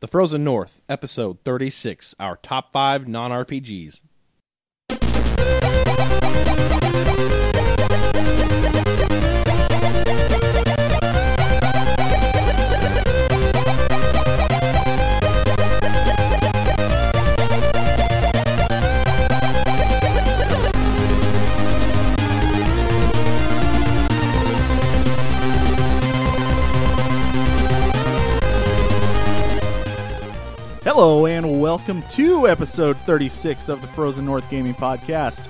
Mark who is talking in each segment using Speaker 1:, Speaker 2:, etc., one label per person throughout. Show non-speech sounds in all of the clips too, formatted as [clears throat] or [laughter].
Speaker 1: The Frozen North, Episode 36, our top five non RPGs.
Speaker 2: Hello and welcome to episode 36 of the Frozen North Gaming Podcast.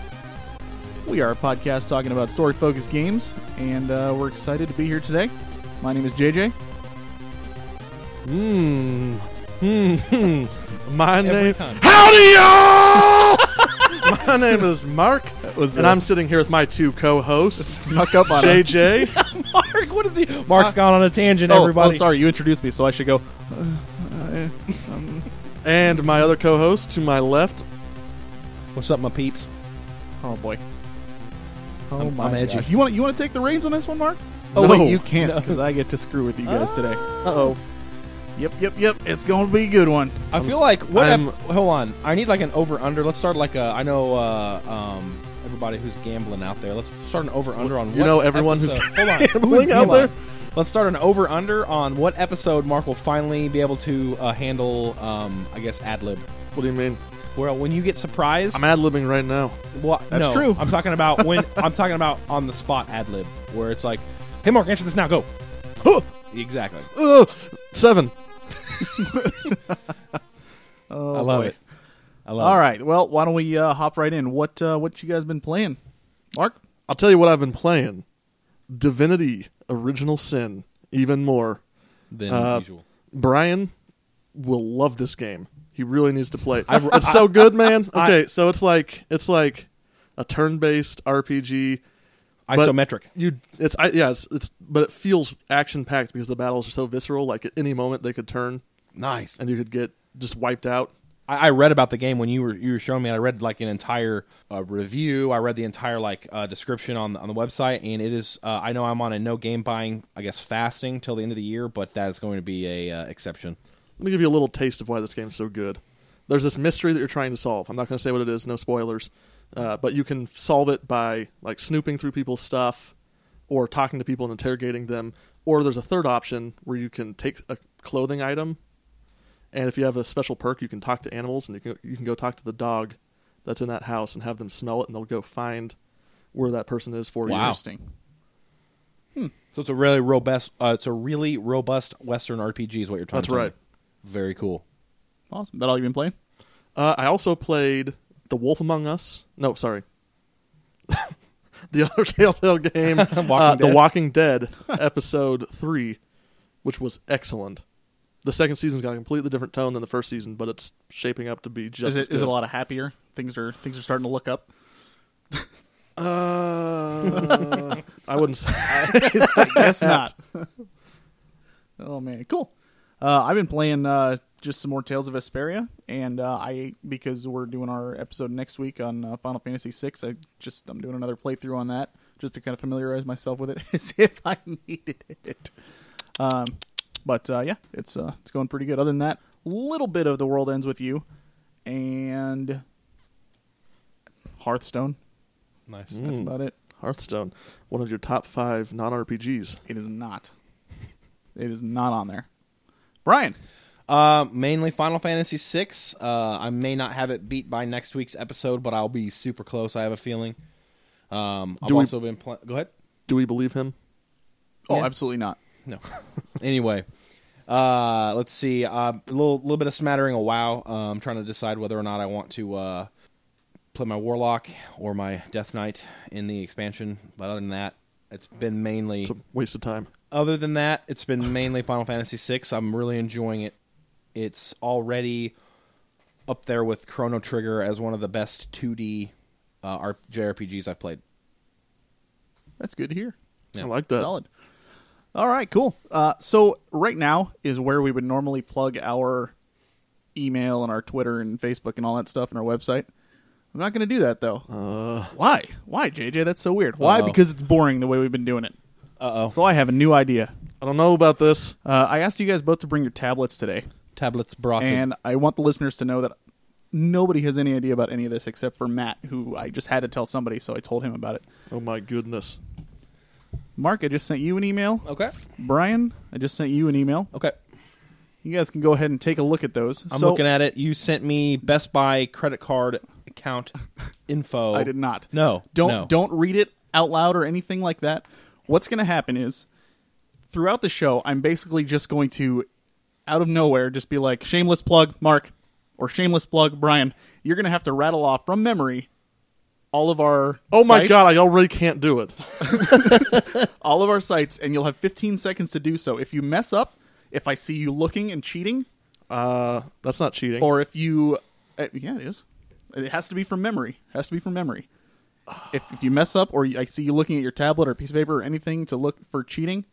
Speaker 2: We are a podcast talking about story focused games, and uh, we're excited to be here today. My name is JJ.
Speaker 1: Hmm. Hmm. hmm. My
Speaker 3: Every
Speaker 1: name.
Speaker 3: time.
Speaker 1: Howdy, y'all! [laughs] My name is Mark,
Speaker 2: was,
Speaker 1: and
Speaker 2: uh,
Speaker 1: I'm sitting here with my two co-hosts,
Speaker 2: Snuck up
Speaker 1: [laughs]
Speaker 2: on us.
Speaker 1: JJ.
Speaker 3: Mark, what is he? Mark's gone on a tangent,
Speaker 2: Oh,
Speaker 3: everybody.
Speaker 2: oh, sorry, you introduced me, so I should go.
Speaker 1: And my other co-host to my left. What's up, my peeps?
Speaker 2: Oh boy,
Speaker 3: Oh
Speaker 1: I'm-
Speaker 3: my
Speaker 1: I'm edgy.
Speaker 2: you want you want to take the reins on this one, Mark?
Speaker 1: No.
Speaker 2: Oh wait, you can't because I get to screw with you [laughs] guys today.
Speaker 1: Uh-oh.
Speaker 2: Yep, yep, yep. It's going to be a good one.
Speaker 1: I
Speaker 3: I'm
Speaker 1: feel
Speaker 3: s-
Speaker 1: like what?
Speaker 3: I'm-
Speaker 1: ep- hold on, I need like an over under. Let's start like a. I know uh, um, everybody who's gambling out there. Let's start an over under on.
Speaker 3: You
Speaker 1: what
Speaker 3: know everyone who's
Speaker 1: episode- hold on,
Speaker 3: [laughs] gambling out
Speaker 1: gambling?
Speaker 3: there?
Speaker 1: Let's start an over under on what episode Mark will finally be able to uh, handle. Um, I guess ad lib.
Speaker 3: What do you mean?
Speaker 1: Well, when you get surprised,
Speaker 3: I'm ad libbing right now.
Speaker 1: well,
Speaker 2: That's
Speaker 1: no,
Speaker 2: true.
Speaker 1: I'm talking about when I'm talking about on the spot ad lib, where it's like, "Hey, Mark, answer this now. Go." exactly.
Speaker 3: Ugh, seven.
Speaker 2: Oh,
Speaker 1: I love
Speaker 2: boy.
Speaker 1: it. I love
Speaker 2: All
Speaker 1: it.
Speaker 2: right, well, why don't we uh, hop right in? What uh, what you guys been playing, Mark?
Speaker 3: I'll tell you what I've been playing Divinity, Original Sin, even more.
Speaker 1: Than
Speaker 3: Uh,
Speaker 1: usual.
Speaker 3: Brian will love this game. He really needs to play it. it's so good, man.
Speaker 1: [laughs] I-
Speaker 3: Okay, so it's like it's like a turn-based RPG. but-
Speaker 1: Isometric.
Speaker 3: You, it's I, yeah, it's, it's but it feels action-packed because the battles are so visceral. Like at any moment they could turn
Speaker 1: Nice.
Speaker 3: and you could get just wiped out.
Speaker 1: I, I read about the game when you were you were showing me. I read like an entire uh, review. I read the entire like uh, description on the, on the website, and it is. Uh, I know I'm on a no game buying, I guess, fasting till the end of the year, but that is going to be a uh, exception.
Speaker 3: Let me give you a little taste of why this game's so good. There's this mystery that you're trying to solve. I'm not going to say what it is, no spoilers. Uh, but you can solve it by like snooping through people's stuff, or talking to people and interrogating them. Or there's a third option where you can take a clothing item, and if you have a special perk, you can talk to animals, and you can you can go talk to the dog that's in that house and have them smell it, and they'll go find where that person is for
Speaker 1: Wow.
Speaker 3: you.
Speaker 2: Interesting.
Speaker 1: So it's a really robust. Uh, it's a really robust Western RPG, is what you're trying.
Speaker 3: That's
Speaker 1: to tell
Speaker 3: right.
Speaker 1: me. Very cool.
Speaker 2: Awesome. That all you've been playing?
Speaker 3: Uh, I also played The Wolf Among Us. No, sorry. [laughs] the other [laughs]
Speaker 1: [laughs]
Speaker 3: Telltale game, uh, The
Speaker 1: Dead. [laughs]
Speaker 3: Walking Dead, episode three, which was excellent. The second season's got a completely different tone than the first season, but it's shaping up to be just.
Speaker 2: Is it
Speaker 3: as
Speaker 2: is it a
Speaker 3: good.
Speaker 2: lot of happier? Things are things are starting to look up. [laughs]
Speaker 3: Uh, I wouldn't say.
Speaker 2: [laughs]
Speaker 3: [laughs]
Speaker 2: I guess not. [laughs] oh man, cool. Uh, I've been playing uh, just some more Tales of Vesperia, and uh, I because we're doing our episode next week on uh, Final Fantasy VI. I just I'm doing another playthrough on that just to kind of familiarize myself with it [laughs] as if I needed it. Um, but uh, yeah, it's uh, it's going pretty good. Other than that, little bit of the world ends with you, and Hearthstone.
Speaker 1: Nice.
Speaker 2: That's about it.
Speaker 3: Hearthstone, one of your top five non RPGs.
Speaker 2: It is not. It is not on there. Brian,
Speaker 1: Uh, mainly Final Fantasy VI. Uh, I may not have it beat by next week's episode, but I'll be super close. I have a feeling. Um, I've
Speaker 3: Do we-
Speaker 1: also been playing. Go ahead.
Speaker 3: Do we believe him?
Speaker 2: oh,
Speaker 1: Yeah.
Speaker 2: absolutely not.
Speaker 1: No. [laughs] anyway, uh, let's see. Uh, A little little bit of smattering of WoW. Uh, I'm trying to decide whether or not I want to uh, play my Warlock or my Death Knight in the expansion. But other than that, it's been mainly.
Speaker 3: It's a waste of time.
Speaker 1: Other than that, it's been mainly Final Fantasy VI. I'm really enjoying it. It's already up there with Chrono Trigger as one of the best 2D uh, R- JRPGs I've played.
Speaker 2: That's good to hear.
Speaker 1: Yeah.
Speaker 3: I like that.
Speaker 2: Solid. All right, cool. Uh, so right now is where we would normally plug our email and our Twitter and Facebook and all that stuff and our website. I'm not going to do that though.
Speaker 3: Uh,
Speaker 2: Why? Why, JJ? That's so weird. Why?
Speaker 1: Uh-oh.
Speaker 2: Because it's boring the way we've been doing it.
Speaker 1: Uh oh.
Speaker 2: So I have a new idea.
Speaker 3: I don't know about this.
Speaker 2: Uh, I asked you guys both to bring your tablets today.
Speaker 1: Tablets brought
Speaker 2: and I want the listeners to know that nobody has any idea about any of this except for Matt, who I just had to tell somebody, so I told him about it.
Speaker 3: Oh my goodness.
Speaker 2: Mark, I just sent you an email.
Speaker 1: Okay.
Speaker 2: Brian, I just sent you an email.
Speaker 1: Okay.
Speaker 2: You guys can go ahead and take a look at those.
Speaker 1: I'm
Speaker 2: so,
Speaker 1: looking at it. You sent me Best Buy credit card
Speaker 2: [laughs]
Speaker 1: account info.
Speaker 2: I did not.
Speaker 1: No.
Speaker 2: Don't
Speaker 1: no.
Speaker 2: don't read it out loud or anything like that. What's going to happen is throughout the show, I'm basically just going to out of nowhere just be like shameless plug Mark or shameless plug Brian. You're going to have to rattle off from memory all of our
Speaker 3: Oh my
Speaker 2: sites-
Speaker 3: god, I already can't do it.
Speaker 2: all of our sites and you'll have 15 seconds to do so. If you mess up, if I see you looking and cheating,
Speaker 3: Uh, that's not cheating.
Speaker 2: or if you uh, yeah it is it has to be from memory it has to be from memory if, if you mess up or i see you looking at your tablet or piece of paper or anything to look for cheating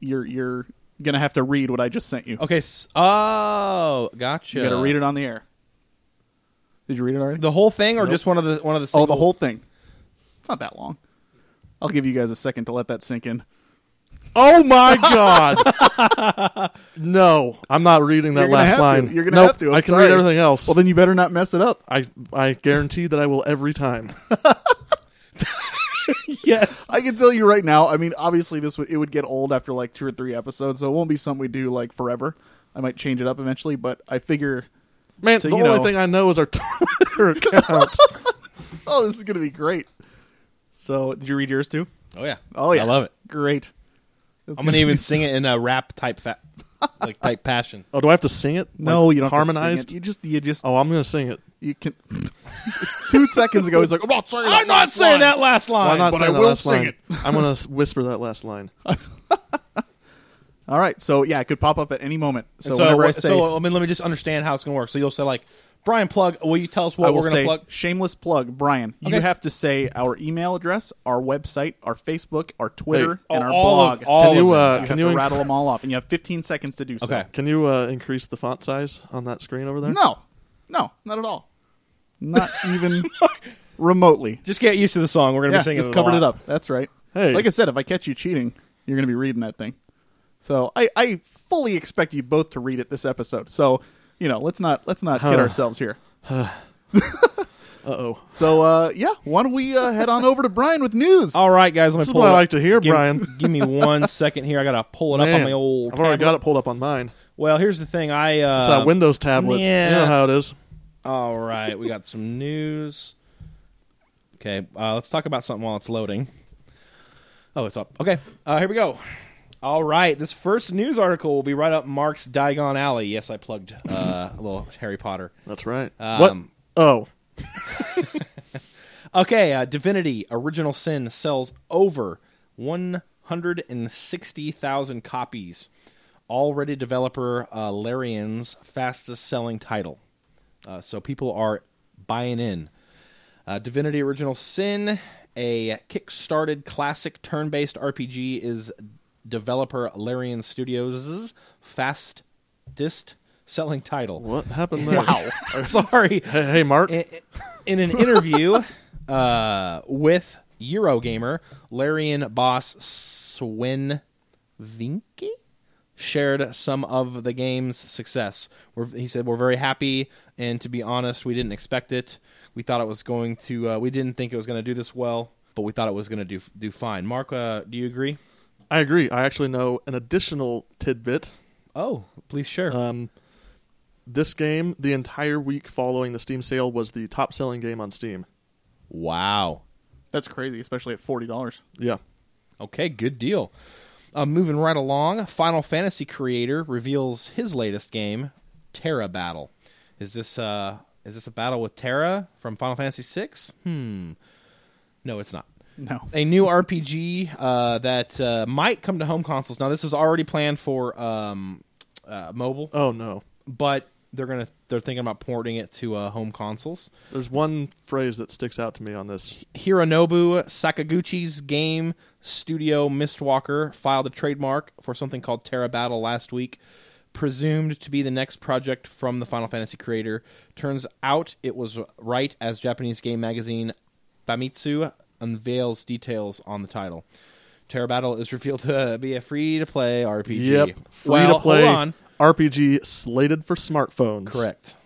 Speaker 2: you're you're gonna have to read what i just sent you
Speaker 1: Okay. s oh, gotcha.
Speaker 2: you gotta read it on the air did you read it already
Speaker 1: The whole thing, or
Speaker 3: Nope.
Speaker 1: just one of the one of the.
Speaker 2: oh
Speaker 1: Single,
Speaker 2: the whole thing it's not that long i'll give you guys a second to let that sink in
Speaker 3: oh my god. [laughs] no, I'm not reading that
Speaker 2: You're gonna
Speaker 3: last
Speaker 2: have to.
Speaker 3: line.
Speaker 2: You're gonna
Speaker 3: Nope,
Speaker 2: have to. I'm
Speaker 3: I can
Speaker 2: sorry.
Speaker 3: read everything else.
Speaker 2: well then you better not mess it up
Speaker 3: I I guarantee that I will
Speaker 2: [laughs]
Speaker 3: every time.
Speaker 1: yes.
Speaker 2: I can tell you right now. I mean, obviously, this would it would get old after like two or three episodes, so it won't be something we do like forever. I might change it up eventually, but I figure,
Speaker 3: Man,
Speaker 2: So
Speaker 3: the
Speaker 2: you
Speaker 3: only
Speaker 2: know-
Speaker 3: thing I know is
Speaker 2: [laughs]
Speaker 3: our Twitter account.
Speaker 2: oh, this is gonna be great. So, did you read yours too?
Speaker 1: Oh yeah.
Speaker 2: Oh yeah,
Speaker 1: I love it.
Speaker 2: Great. That's
Speaker 1: I'm gonna even sing it in a rap type
Speaker 2: [laughs]
Speaker 1: fa- like type passion.
Speaker 3: oh, do I have to sing it?
Speaker 2: no,
Speaker 3: Like,
Speaker 2: you don't harmonize.
Speaker 3: harmonized.
Speaker 2: You just you just
Speaker 3: Oh, I'm gonna sing it.
Speaker 2: you can. [laughs] two seconds ago, he's like, "I'm not saying that
Speaker 1: last
Speaker 2: last line."
Speaker 1: line.
Speaker 3: Well, I'm not
Speaker 2: but
Speaker 3: saying
Speaker 2: I
Speaker 3: that
Speaker 2: will
Speaker 3: last
Speaker 2: sing
Speaker 3: line.
Speaker 2: it.
Speaker 3: [laughs] I'm gonna s- whisper that last line.
Speaker 2: All right, so yeah, it could pop up at any moment. So,
Speaker 1: so,
Speaker 2: whenever I
Speaker 1: what-
Speaker 2: say,
Speaker 1: so, I mean, let me just understand how it's gonna work. So you'll say like, Brian, plug. Will you tell us
Speaker 2: I
Speaker 1: what
Speaker 2: will
Speaker 1: we're gonna
Speaker 2: say,
Speaker 1: plug?
Speaker 2: shameless plug, Brian. You
Speaker 1: Okay.
Speaker 2: have to say our email address, our website, our Facebook, our Twitter,
Speaker 1: Oh,
Speaker 2: and our
Speaker 1: all
Speaker 2: blog.
Speaker 1: Of, all
Speaker 3: Can
Speaker 1: of them.
Speaker 3: you, uh,
Speaker 2: you
Speaker 3: can
Speaker 2: have
Speaker 3: you
Speaker 2: to
Speaker 3: inc-
Speaker 2: rattle them all off, and you have 15 seconds to do so.
Speaker 1: Okay.
Speaker 3: Can you uh, increase the font size on that screen over there?
Speaker 2: No, no, not at all.
Speaker 3: [laughs]
Speaker 2: Not even remotely.
Speaker 1: just get used to the song. We're gonna
Speaker 2: Yeah,
Speaker 1: be singing.
Speaker 2: just
Speaker 1: a
Speaker 2: covered
Speaker 1: lot.
Speaker 2: it up. That's right.
Speaker 3: Hey.
Speaker 2: Like I said, if I catch you cheating, you're going to be reading that thing. So I, I fully expect you both to read it this episode. So you know, let's not let's not
Speaker 3: [sighs]
Speaker 2: kid
Speaker 3: Huh.
Speaker 2: ourselves here.
Speaker 3: Uh oh.
Speaker 2: So uh, yeah, why don't we uh, head on over to Brian with news?
Speaker 1: All right, guys. Let me
Speaker 3: This is
Speaker 1: pull
Speaker 3: what
Speaker 1: it
Speaker 3: I
Speaker 1: up.
Speaker 3: like to hear,
Speaker 1: give,
Speaker 3: Brian.
Speaker 1: [laughs] Give me one second here. I gotta pull it up on
Speaker 3: Man,
Speaker 1: my old.
Speaker 3: I've already got
Speaker 1: tablet.
Speaker 3: it pulled up on mine.
Speaker 1: Well, here's the thing. I uh,
Speaker 3: It's
Speaker 2: Um,
Speaker 3: that Windows tablet.
Speaker 1: yeah.
Speaker 3: You know how it is.
Speaker 1: All right, we got some news. Okay, uh, let's talk about something while it's loading. Oh, it's up. Okay, uh, here we go. All right, this first news article will be right up Mark's Diagon Alley. Yes, I plugged uh, a little Harry Potter.
Speaker 3: That's right.
Speaker 1: Um,
Speaker 3: what? Oh.
Speaker 1: Okay, uh, Divinity Original Sin sells over 160,000 copies. Already developer uh, Larian's fastest selling title. Uh, so people are buying in. Uh, Divinity Original Sin, a kickstarted classic turn based RPG, is developer Larian Studios' fastest selling title.
Speaker 3: What happened there?
Speaker 1: [laughs] Sorry
Speaker 3: Hey, hey, Mark.
Speaker 1: in, in an [laughs] interview uh, with Eurogamer, Larian boss Sven Vinke shared some of the game's success. We're, he said, "We're very happy, and to be honest, we didn't expect it. We thought it was going to. Uh, we didn't think it was going to do this well, but we thought it was going to do do fine." Mark, uh, do you agree?
Speaker 3: I agree. I actually know an additional tidbit.
Speaker 1: Oh, please share.
Speaker 3: Um, this game, the entire week following the Steam sale, was the top selling game on Steam.
Speaker 1: wow.
Speaker 2: That's crazy, especially at forty dollars.
Speaker 3: Yeah.
Speaker 1: Okay, good deal. Uh, moving right along, Final Fantasy creator reveals his latest game, Terra Battle. Is this uh, is this a battle with Terra from Final Fantasy VI? Hmm. No, it's not.
Speaker 2: No,
Speaker 1: A new RPG uh, that uh, might come to home consoles. Now, this was already planned for um, uh, mobile,
Speaker 3: Oh, no.
Speaker 1: but they're gonna they're thinking about porting it to uh, home consoles.
Speaker 3: There's one phrase that sticks out to me on this.
Speaker 1: Hironobu Sakaguchi's game studio Mistwalker filed a trademark for something called Terra Battle last week, presumed to be the next project from the Final Fantasy creator. Turns out it was right as Japanese game magazine Famitsu unveils details on the title. Terra Battle is revealed to be a free to play RPG.
Speaker 3: Yep. Free
Speaker 1: Well,
Speaker 3: to play
Speaker 1: Hold on.
Speaker 3: RPG slated for smartphones.
Speaker 1: Correct.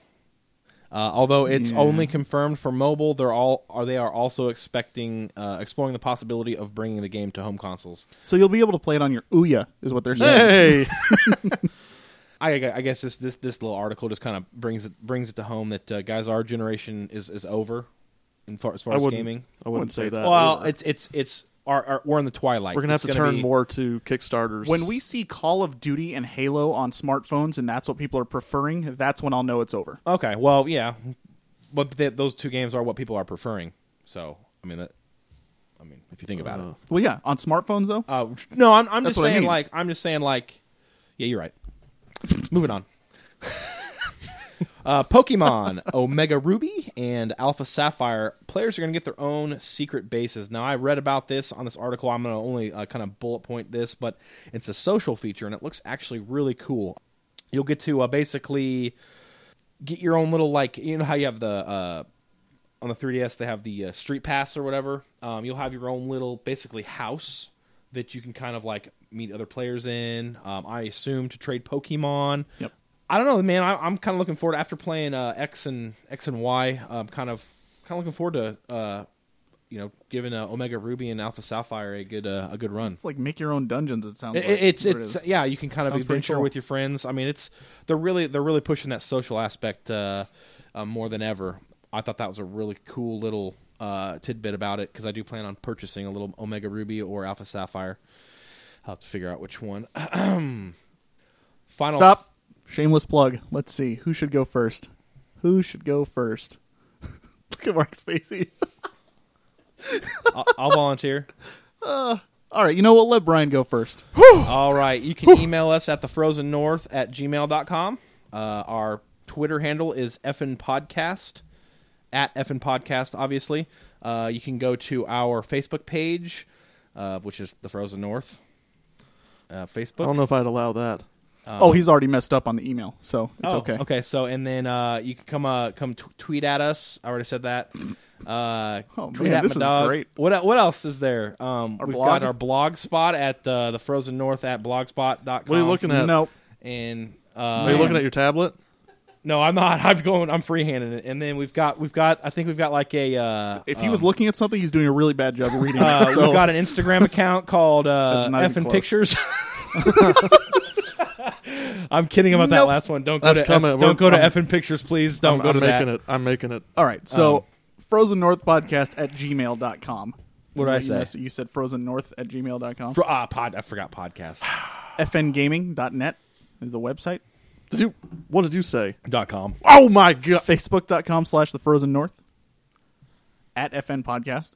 Speaker 1: Uh, although it's
Speaker 2: Yeah.
Speaker 1: only confirmed for mobile, they're all are they are also expecting uh, exploring the possibility of bringing the game to home consoles.
Speaker 2: So you'll be able to play it on your Ouya, is what they're saying.
Speaker 3: [laughs] Hey,
Speaker 1: I, I guess this this this little article just kind of brings it brings it to home that uh, guys, our generation is is over in far, as far
Speaker 3: I
Speaker 1: as
Speaker 3: wouldn't.
Speaker 1: gaming.
Speaker 3: I wouldn't say that.
Speaker 1: Well,
Speaker 3: either.
Speaker 1: it's it's it's our, our, we're in the twilight.
Speaker 3: we're gonna have
Speaker 1: It's
Speaker 3: to turn
Speaker 1: be-
Speaker 3: more to Kickstarters
Speaker 2: When we see Call of Duty and Halo on smartphones, and that's what people are preferring, that's when I'll know it's over.
Speaker 1: Okay, well, yeah, but th those two games are what people are preferring. So I mean that, I mean if you think about
Speaker 3: Uh-huh.
Speaker 1: it.
Speaker 2: Well, yeah, on smartphones though.
Speaker 1: Uh, no, I'm, I'm
Speaker 2: That's
Speaker 1: just
Speaker 2: what I
Speaker 1: saying
Speaker 2: mean.
Speaker 1: like I'm just saying like, yeah, you're right. Moving on. uh, Pokemon Omega Ruby and Alpha Sapphire players are going to get their own secret bases. Now I read about this on this article. I'm going to only uh, kind of bullet point this, but it's a social feature and it looks actually really cool. You'll get to uh, basically get your own little like you know how you have the uh, on the 3ds they have the uh, street pass or whatever um, you'll have your own little basically house that you can kind of like meet other players in um, i assume to trade pokemon
Speaker 2: Yep.
Speaker 1: i don't know man I, i'm kind of looking forward after playing uh, x and x and y um, kind of kind of looking forward to uh, you know giving uh, omega ruby and alpha sapphire a good uh, a good run
Speaker 2: It's like make your own dungeons. It sounds.
Speaker 1: it,
Speaker 2: like,
Speaker 1: it's
Speaker 2: is what it
Speaker 1: it's
Speaker 2: is.
Speaker 1: yeah you can kind of
Speaker 2: Sounds pretty
Speaker 1: adventure
Speaker 2: cool.
Speaker 1: with your friends i mean it's they're really they're really pushing that social aspect uh, uh more than ever i thought that was a really cool little uh tidbit about it because i do plan on purchasing a little omega ruby or alpha sapphire i'll have to figure out which one [clears throat] final
Speaker 2: Stop. Shameless plug. Let's see who should go first. Who should go first? [laughs] Look at Mark Spacey. [laughs]
Speaker 1: I'll, I'll volunteer
Speaker 2: All right, you know what? Let Brian go first.
Speaker 1: Um, All right. You can email us at thefrozennorth at gmail.com. Uh, our Twitter handle is effin podcast, at effin podcast, obviously. Uh, you can go to our Facebook page, uh, which is The Frozen North uh,
Speaker 3: I
Speaker 1: Facebook.
Speaker 3: don't know if I'd allow that.
Speaker 2: oh, he's already messed up on the email, so it's
Speaker 1: Oh,
Speaker 2: okay.
Speaker 1: Okay. So, and then uh, you can come uh, come t- tweet at us. I already said that. Uh,
Speaker 2: Oh,
Speaker 1: tweet
Speaker 2: man,
Speaker 1: at
Speaker 2: this
Speaker 1: my
Speaker 2: is
Speaker 1: dog.
Speaker 2: great.
Speaker 1: What what else is there? Um,
Speaker 2: Our
Speaker 1: we've
Speaker 2: blog?
Speaker 1: got our blog spot at uh, the Frozen North at blogspot.com.
Speaker 3: What are you looking at?
Speaker 2: Nope.
Speaker 1: And uh,
Speaker 3: Are you looking at your tablet?
Speaker 1: No, I'm not. [laughs] I'm going. I'm freehanding it. And then we've got we've got. I think we've got like a. Uh,
Speaker 2: If he was looking at something, he's doing a really bad job of reading.
Speaker 1: uh,
Speaker 3: [laughs]
Speaker 2: it, so
Speaker 1: we've got an Instagram account called uh,
Speaker 2: That's not
Speaker 1: F
Speaker 2: even
Speaker 1: and
Speaker 2: close.
Speaker 3: [laughs]
Speaker 1: Pictures. [laughs] I'm kidding about that
Speaker 2: Nope.
Speaker 1: last one. Don't go
Speaker 3: That's
Speaker 1: to F,
Speaker 3: coming. We're-
Speaker 1: don't go to
Speaker 3: I'm-
Speaker 1: F and Pictures, please. Don't
Speaker 3: I'm,
Speaker 1: go
Speaker 3: I'm
Speaker 1: to that.
Speaker 3: making it. I'm making it.
Speaker 2: all right.
Speaker 1: Um,
Speaker 2: So Frozen North Podcast at gmail.com.
Speaker 1: What did I
Speaker 2: You
Speaker 1: say?
Speaker 2: messed it. You said Frozen North at gmail.com.
Speaker 1: Fro- ah, pod. I forgot podcast.
Speaker 2: fngaming.net is the website.
Speaker 3: Did you? What did you say?
Speaker 1: dot com.
Speaker 3: Oh my god!
Speaker 2: Facebook.com slash the Frozen North. At FN Podcast.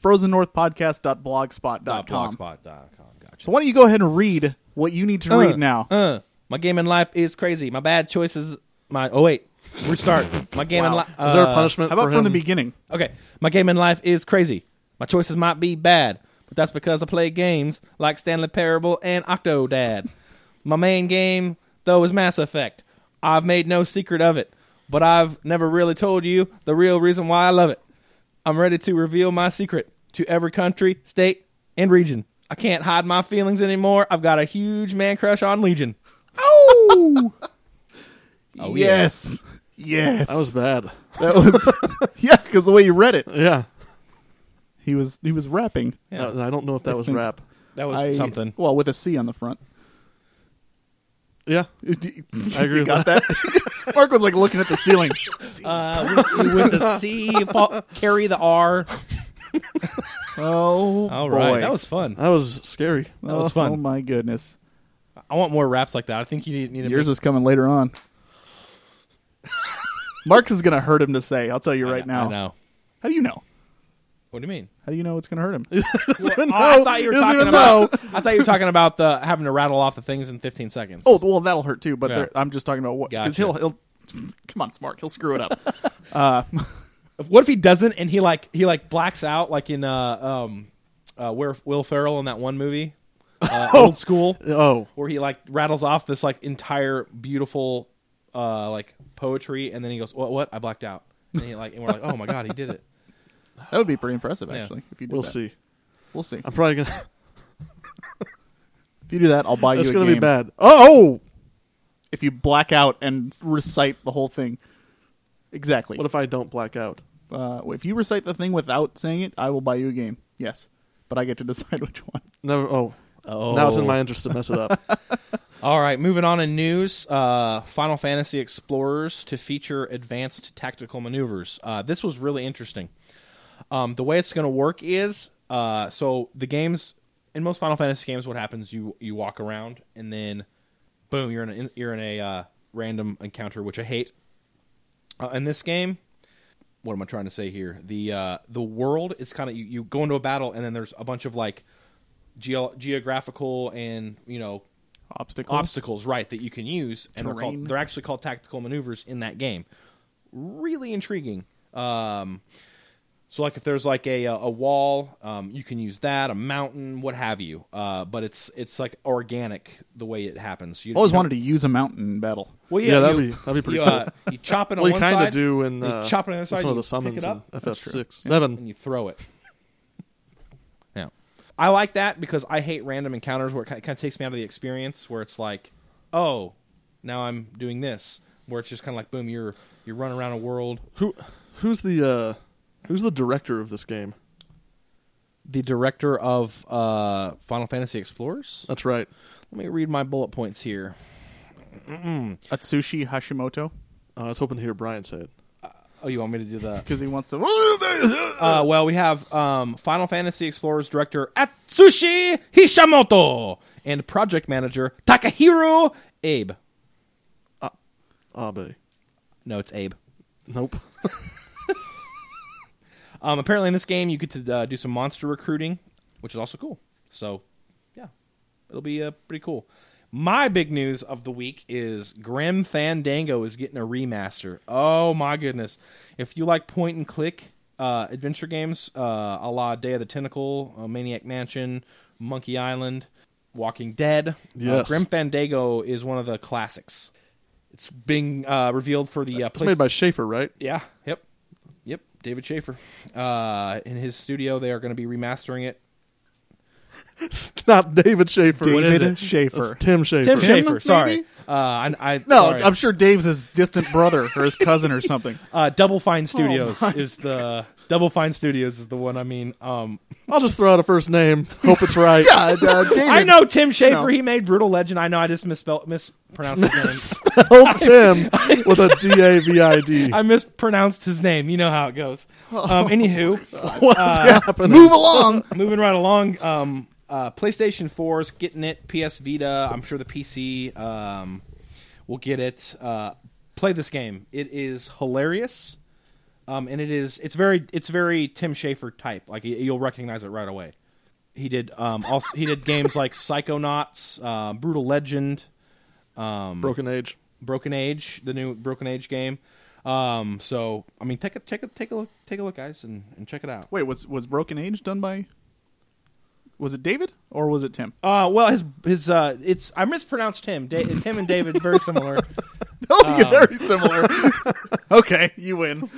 Speaker 2: Frozen North
Speaker 1: Mm-hmm. Dot
Speaker 2: Podcast.blogspot.com.
Speaker 1: blogspot dot com. Gotcha.
Speaker 2: So why don't you go ahead and read what you need to read now?
Speaker 1: Uh, my game in life is crazy. My bad choices. My oh wait, restart. My uh, game in
Speaker 2: Wow.
Speaker 1: life.
Speaker 3: Is there a punishment?
Speaker 2: How about
Speaker 3: for
Speaker 2: from the
Speaker 3: him?
Speaker 2: beginning?
Speaker 1: Okay, my game in life is crazy. My choices might be bad, but that's because I play games like Stanley Parable and Octodad. my main game, though, is Mass Effect. I've made no secret of it, but I've never really told you the real reason why I love it. I'm ready to reveal my secret to every country, state, and region. I can't hide my feelings anymore. I've got a huge man crush on Legion.
Speaker 2: [laughs] Oh! yes. Yes.
Speaker 3: That was
Speaker 1: [laughs]
Speaker 3: bad.
Speaker 2: That was [laughs] yeah, because the way you read it,
Speaker 3: Yeah.
Speaker 2: he was he was rapping.
Speaker 1: Yeah.
Speaker 3: I don't know if that was
Speaker 2: think-
Speaker 3: rap.
Speaker 1: That was
Speaker 2: I-
Speaker 1: something.
Speaker 2: Well, with a C on the front. [laughs]
Speaker 3: Yeah.
Speaker 2: I agree.
Speaker 3: agree
Speaker 2: You
Speaker 3: with
Speaker 2: got that. [laughs] Mark was like looking at
Speaker 1: [laughs]
Speaker 2: the ceiling.
Speaker 1: Uh, with, with the C, fa- carry the R.
Speaker 2: oh,
Speaker 1: All right,
Speaker 2: boy.
Speaker 1: that was fun.
Speaker 3: That was scary.
Speaker 1: that was fun.
Speaker 2: Oh my goodness,
Speaker 1: I want more raps like that. I think you need, need a
Speaker 2: yours
Speaker 1: big-
Speaker 2: is coming later on. Mark's is gonna hurt him to say. I'll tell you right
Speaker 1: I-
Speaker 2: now.
Speaker 1: I know.
Speaker 2: How do you know?
Speaker 1: What do you
Speaker 2: [laughs]
Speaker 1: mean?
Speaker 2: How do you know it's gonna hurt him?
Speaker 1: [laughs] oh, I thought you were
Speaker 3: he doesn't
Speaker 1: talking
Speaker 3: even
Speaker 1: about. I thought you were talking about the having to rattle off the things in 15 seconds.
Speaker 2: oh, well, that'll hurt too. But
Speaker 1: Yeah.
Speaker 2: there- I'm just talking about what because
Speaker 1: Gotcha.
Speaker 2: he'll he'll. Come on, it's Mark. He'll screw it
Speaker 1: [laughs]
Speaker 2: up.
Speaker 1: what if he doesn't and he like he like blacks out like in uh um uh where Will Ferrell in that one movie,
Speaker 2: [laughs]
Speaker 1: uh, old school,
Speaker 3: Oh.
Speaker 1: where he like rattles off this like entire beautiful uh like poetry and then he goes what what I blacked out and he like and we're like oh my god he did it.
Speaker 2: that would be pretty impressive,
Speaker 1: Yeah.
Speaker 2: actually. If you do
Speaker 3: We'll
Speaker 2: that.
Speaker 3: see.
Speaker 2: we'll see.
Speaker 3: I'm probably gonna.
Speaker 2: If you do that, I'll buy
Speaker 3: That's
Speaker 2: you. a
Speaker 3: gonna be
Speaker 2: game.
Speaker 3: bad. Oh.
Speaker 2: if you black out and recite the whole thing. Exactly.
Speaker 3: What if I don't black out?
Speaker 2: uh, if you recite the thing without saying it, I will buy you a game. Yes, but I get to [laughs] decide which one.
Speaker 3: Never. Oh,
Speaker 1: Oh.
Speaker 3: now it's in my interest to mess
Speaker 1: [laughs]
Speaker 3: it up.
Speaker 1: All right, moving on in news. Uh, Final Fantasy Explorers to feature advanced tactical maneuvers. Uh, this was really interesting. Um, the way it's going to work is uh, so the games in most Final Fantasy games, what happens you you walk around and then boom, you're in a, you're in a uh, random encounter, which I hate. Uh, in this game, what am I trying to say here? The uh, the world is kind of you, you go into a battle and then there's a bunch of like geo- geographical and you know
Speaker 2: Obstacles.
Speaker 1: obstacles, right, that you can use, and they're,
Speaker 2: Terrain.
Speaker 1: called, they're actually called tactical maneuvers in that game. Really intriguing. Um, so, like, if there's like a a wall, um, you can use that, a mountain, what have you. Uh, but it's it's like organic the way it happens. You
Speaker 2: I
Speaker 1: you
Speaker 2: always
Speaker 1: know-
Speaker 2: wanted to use a mountain battle.
Speaker 1: Well, yeah,
Speaker 3: Yeah, that'd
Speaker 1: you-
Speaker 3: be- that'd be pretty
Speaker 1: You, uh, you chop it on
Speaker 3: well, you
Speaker 1: one
Speaker 3: kind
Speaker 1: side.
Speaker 3: of do in
Speaker 1: you
Speaker 3: uh,
Speaker 1: chop it on the other side.
Speaker 3: some
Speaker 1: you
Speaker 3: of the
Speaker 1: pick
Speaker 3: summons
Speaker 1: it
Speaker 3: in
Speaker 1: up,
Speaker 3: FF six
Speaker 1: and
Speaker 3: seven.
Speaker 1: you throw it. Yeah, I like that because I hate random encounters where it kind of takes me out of the experience. Where it's like, oh, now I'm doing this. Where it's just kind of like, boom, you're you run around a world.
Speaker 3: Who who's the uh, who's the director of this game?
Speaker 1: The director of uh, Final Fantasy Explorers.
Speaker 3: That's right.
Speaker 1: Let me read my bullet points here.
Speaker 2: Atsushi Hashimoto
Speaker 3: Uh, I was hoping to hear Brian say it.
Speaker 1: Oh, you want me to do that?
Speaker 2: because he wants [laughs] to.
Speaker 1: Uh, well, we have um, Final Fantasy Explorers director Atsushi Hishimoto and project manager Takahiro Abe.
Speaker 3: Abe.
Speaker 1: No, it's Abe.
Speaker 3: Nope.
Speaker 1: Um, apparently, in this game, you get to uh, do some monster recruiting, which is also cool. So, yeah, it'll be uh, pretty cool. My big news of the week is Grim Fandango is getting a remaster. Oh my goodness! If you like point and click uh, adventure games, uh, a la Day of the Tentacle, uh, Maniac Mansion, Monkey Island, Walking Dead, uh,
Speaker 3: Yes.
Speaker 1: Grim Fandango is one of the classics. It's being uh, revealed for the uh,
Speaker 3: It's made by Schaefer, [laughs] right?
Speaker 1: yeah. Yep. Yep. David Schaefer. Uh, in his studio, they are going to be remastering it.
Speaker 3: It's [laughs] not David Schaefer.
Speaker 2: David
Speaker 3: What is it?
Speaker 2: Schaefer.
Speaker 3: It's Tim Schaefer.
Speaker 1: Tim Schaefer.
Speaker 2: maybe?
Speaker 1: Sorry. Uh, I, I,
Speaker 2: No,
Speaker 1: sorry.
Speaker 2: I'm sure Dave's his distant brother or his cousin or [laughs] something.
Speaker 1: uh, Double Fine Studios is the Double Fine Studios is the one. I mean, um,
Speaker 3: I'll just throw out a first name. Hope it's right.
Speaker 2: Yeah, uh,
Speaker 3: [laughs]
Speaker 2: David.
Speaker 1: I know Tim Schafer.
Speaker 2: No.
Speaker 1: He made Brutal Legend. I know. I just misspelled, mispronounced his name.
Speaker 3: Hope Tim with a D A V I [laughs] D.
Speaker 1: I mispronounced his name. You know how it goes. Um, anywho,
Speaker 3: What's happening?
Speaker 2: Move along.
Speaker 1: moving right along. Um, uh, PlayStation 4's getting it. PS Vita. I'm sure the PC um, will get it. Uh, play this game. It is hilarious, um, and it is it's very it's very Tim Schafer type. Like y- you'll recognize it right away. He did um, also he did games like Psychonauts, uh, Brutal Legend,
Speaker 2: Um,
Speaker 3: Broken Age.
Speaker 1: Broken Age, the new Broken Age game. Um, so I mean, take a take a take a look take a look, guys, and, and check it out.
Speaker 2: [laughs] Wait, was was Broken Age done by? Was it David or was it Tim?
Speaker 1: Uh, well, his his uh, it's I mispronounced him. Da- it's him and David very similar.
Speaker 2: [laughs] Oh, you're very [laughs] similar. okay, you win.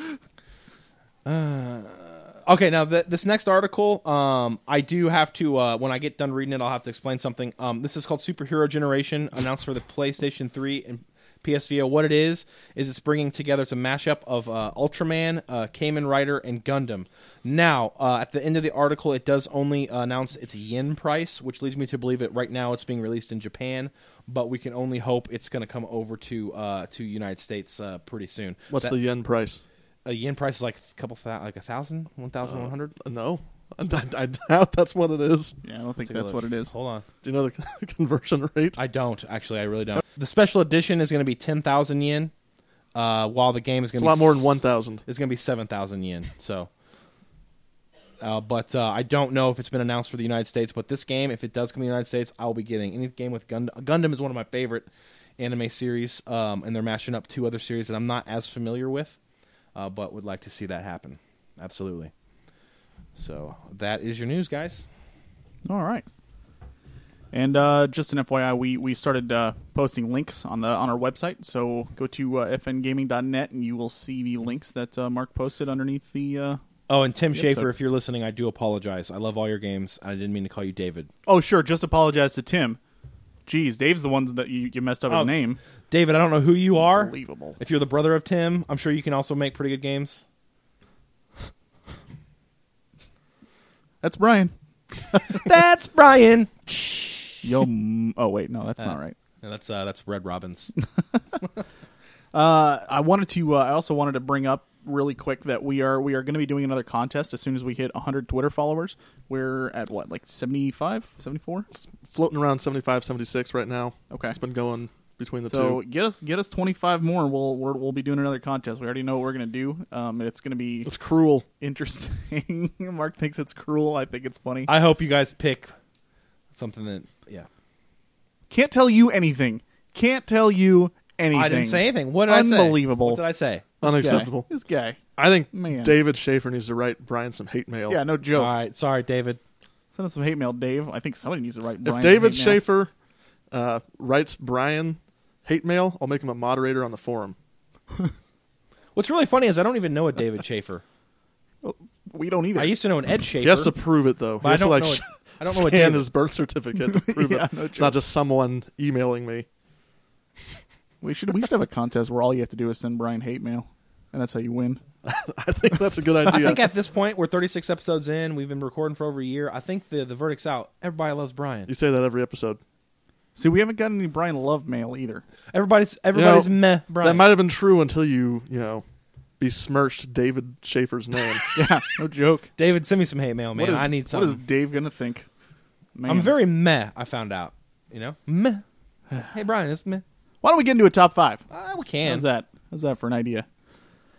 Speaker 1: Okay, now th- this next article, um, I do have to uh, when I get done reading it, I'll have to explain something. Um, this is called Superhero Generation, announced for the PlayStation 3 and PSVO. What it is is it's bringing together it's a mashup of uh, Ultraman, uh, Kamen Rider, and Gundam. Now, uh, at the end of the article, it does only uh, announce its yen price, which leads me to believe it right now it's being released in Japan, but we can only hope it's going to come over to uh, to United States uh, pretty soon.
Speaker 3: What's
Speaker 1: That-
Speaker 3: the yen price?
Speaker 1: a yen price is like a couple thou- like a thousand, one thousand one hundred.
Speaker 3: Uh, No, I, I- I doubt that's what it is.
Speaker 2: Yeah, I don't think
Speaker 1: Take a
Speaker 2: that's
Speaker 1: look.
Speaker 2: what it is.
Speaker 1: Hold on.
Speaker 3: Do you know the [laughs] conversion rate?
Speaker 1: I don't actually. I really don't. The special edition is going to be ten thousand yen, uh, while the game is going
Speaker 3: It's
Speaker 1: to
Speaker 3: a
Speaker 1: be
Speaker 3: lot more than
Speaker 1: s-
Speaker 3: one thousand.
Speaker 1: It's going to be seven thousand yen. So, uh, but uh, I don't know if it's been announced for the United States. But this game, if it does come to the United States, I'll be getting any game with Gundam. Gundam is one of my favorite anime series, um, and they're mashing up two other series that I'm not as familiar with, uh, but would like to see that happen. Absolutely. So that is your news, guys.
Speaker 2: All right. And uh, just an FYI, we we started uh, posting links on the on our website. So go to uh, fngaming.net and you will see the links that uh, Mark posted underneath the. Uh...
Speaker 1: Oh, and Tim
Speaker 2: Yep,
Speaker 1: Schafer,
Speaker 2: so-
Speaker 1: if you're listening, I do apologize. I love all your games. I didn't mean to call you David.
Speaker 2: Oh, sure. Just apologize to Tim. Jeez, Dave's the ones that you, you messed up
Speaker 1: Oh.
Speaker 2: his name.
Speaker 1: David, I don't know who you are.
Speaker 2: Unbelievable.
Speaker 1: If you're the brother of Tim, I'm sure you can also make pretty good
Speaker 2: [laughs]
Speaker 1: games.
Speaker 2: That's Brian.
Speaker 1: That's Brian.
Speaker 2: Yo. m- oh wait, no, that's
Speaker 1: Uh,
Speaker 2: not right.
Speaker 1: Yeah, that's uh, that's Red Robbins.
Speaker 2: Uh, I wanted to. Uh, I also wanted to bring up really quick that we are we are going to be doing another contest as soon as we hit 100 Twitter followers. We're at what like 75, 74.
Speaker 3: Floating around 75, 76 right now.
Speaker 2: Okay.
Speaker 3: It's been going between the
Speaker 2: so
Speaker 3: two.
Speaker 2: get us get us 25 more, and we'll we're, we'll be doing another contest. We already know what we're going to do. Um, it's going to
Speaker 3: [laughs]
Speaker 2: be
Speaker 3: It's cruel.
Speaker 2: interesting. [laughs] Mark thinks it's cruel. I think it's funny. I
Speaker 1: I hope you guys pick something that yeah.
Speaker 2: can't tell you anything. Can't tell you anything.
Speaker 1: I didn't say anything. What did I say?
Speaker 2: Unbelievable.
Speaker 1: What did I say?
Speaker 2: This guy.
Speaker 3: Unacceptable.
Speaker 2: This guy.
Speaker 3: I think
Speaker 2: Man.
Speaker 3: David Schaefer needs to write Brian some hate mail.
Speaker 2: Yeah, no joke.
Speaker 1: All right, sorry, David.
Speaker 2: Send us some hate mail, Dave. I think somebody needs to write.
Speaker 3: If
Speaker 2: Brian some
Speaker 3: David
Speaker 2: hate mail.
Speaker 3: Schaefer uh, writes Brian hate mail, I'll make him a moderator on the forum.
Speaker 1: What's really funny is I don't even know a David Schaefer.
Speaker 2: we don't either.
Speaker 1: I used to know an Ed Schaefer.
Speaker 3: He has to prove it though.
Speaker 1: But I
Speaker 3: he has to
Speaker 1: don't
Speaker 3: like
Speaker 1: know it-
Speaker 3: sh-
Speaker 1: I
Speaker 3: [laughs]
Speaker 1: don't know what
Speaker 3: scan
Speaker 1: David-
Speaker 3: his birth
Speaker 1: [laughs]
Speaker 3: certificate to prove
Speaker 2: Yeah,
Speaker 3: it.
Speaker 2: no
Speaker 3: it's
Speaker 2: joke.
Speaker 3: not just someone emailing me. [laughs]
Speaker 2: we should we should have a contest where all you have to do is send Brian hate mail, and that's how you win.
Speaker 3: I think that's a good
Speaker 2: [laughs]
Speaker 1: I
Speaker 3: idea.
Speaker 1: think at this point we're 36 episodes in. We've been recording for over a year. I think the the verdict's out. Everybody loves Brian.
Speaker 3: you say that every episode.
Speaker 2: See, we haven't gotten any Brian love mail either. [laughs]
Speaker 1: Everybody's everybody's
Speaker 3: You know,
Speaker 1: meh Brian.
Speaker 3: That might have been true until you, you know, besmirched David
Speaker 1: [laughs]
Speaker 3: Schaefer's name.
Speaker 2: Yeah, no joke.
Speaker 1: David, send me some hate mail, man.
Speaker 2: what is
Speaker 1: I need
Speaker 2: what is
Speaker 1: something.
Speaker 2: Dave gonna think? Man.
Speaker 1: I'm very meh. I found out. You know, meh. hey Brian, it's meh.
Speaker 2: Why don't we get into a top five?
Speaker 1: Uh, we can.
Speaker 2: How's that? How's that for an idea?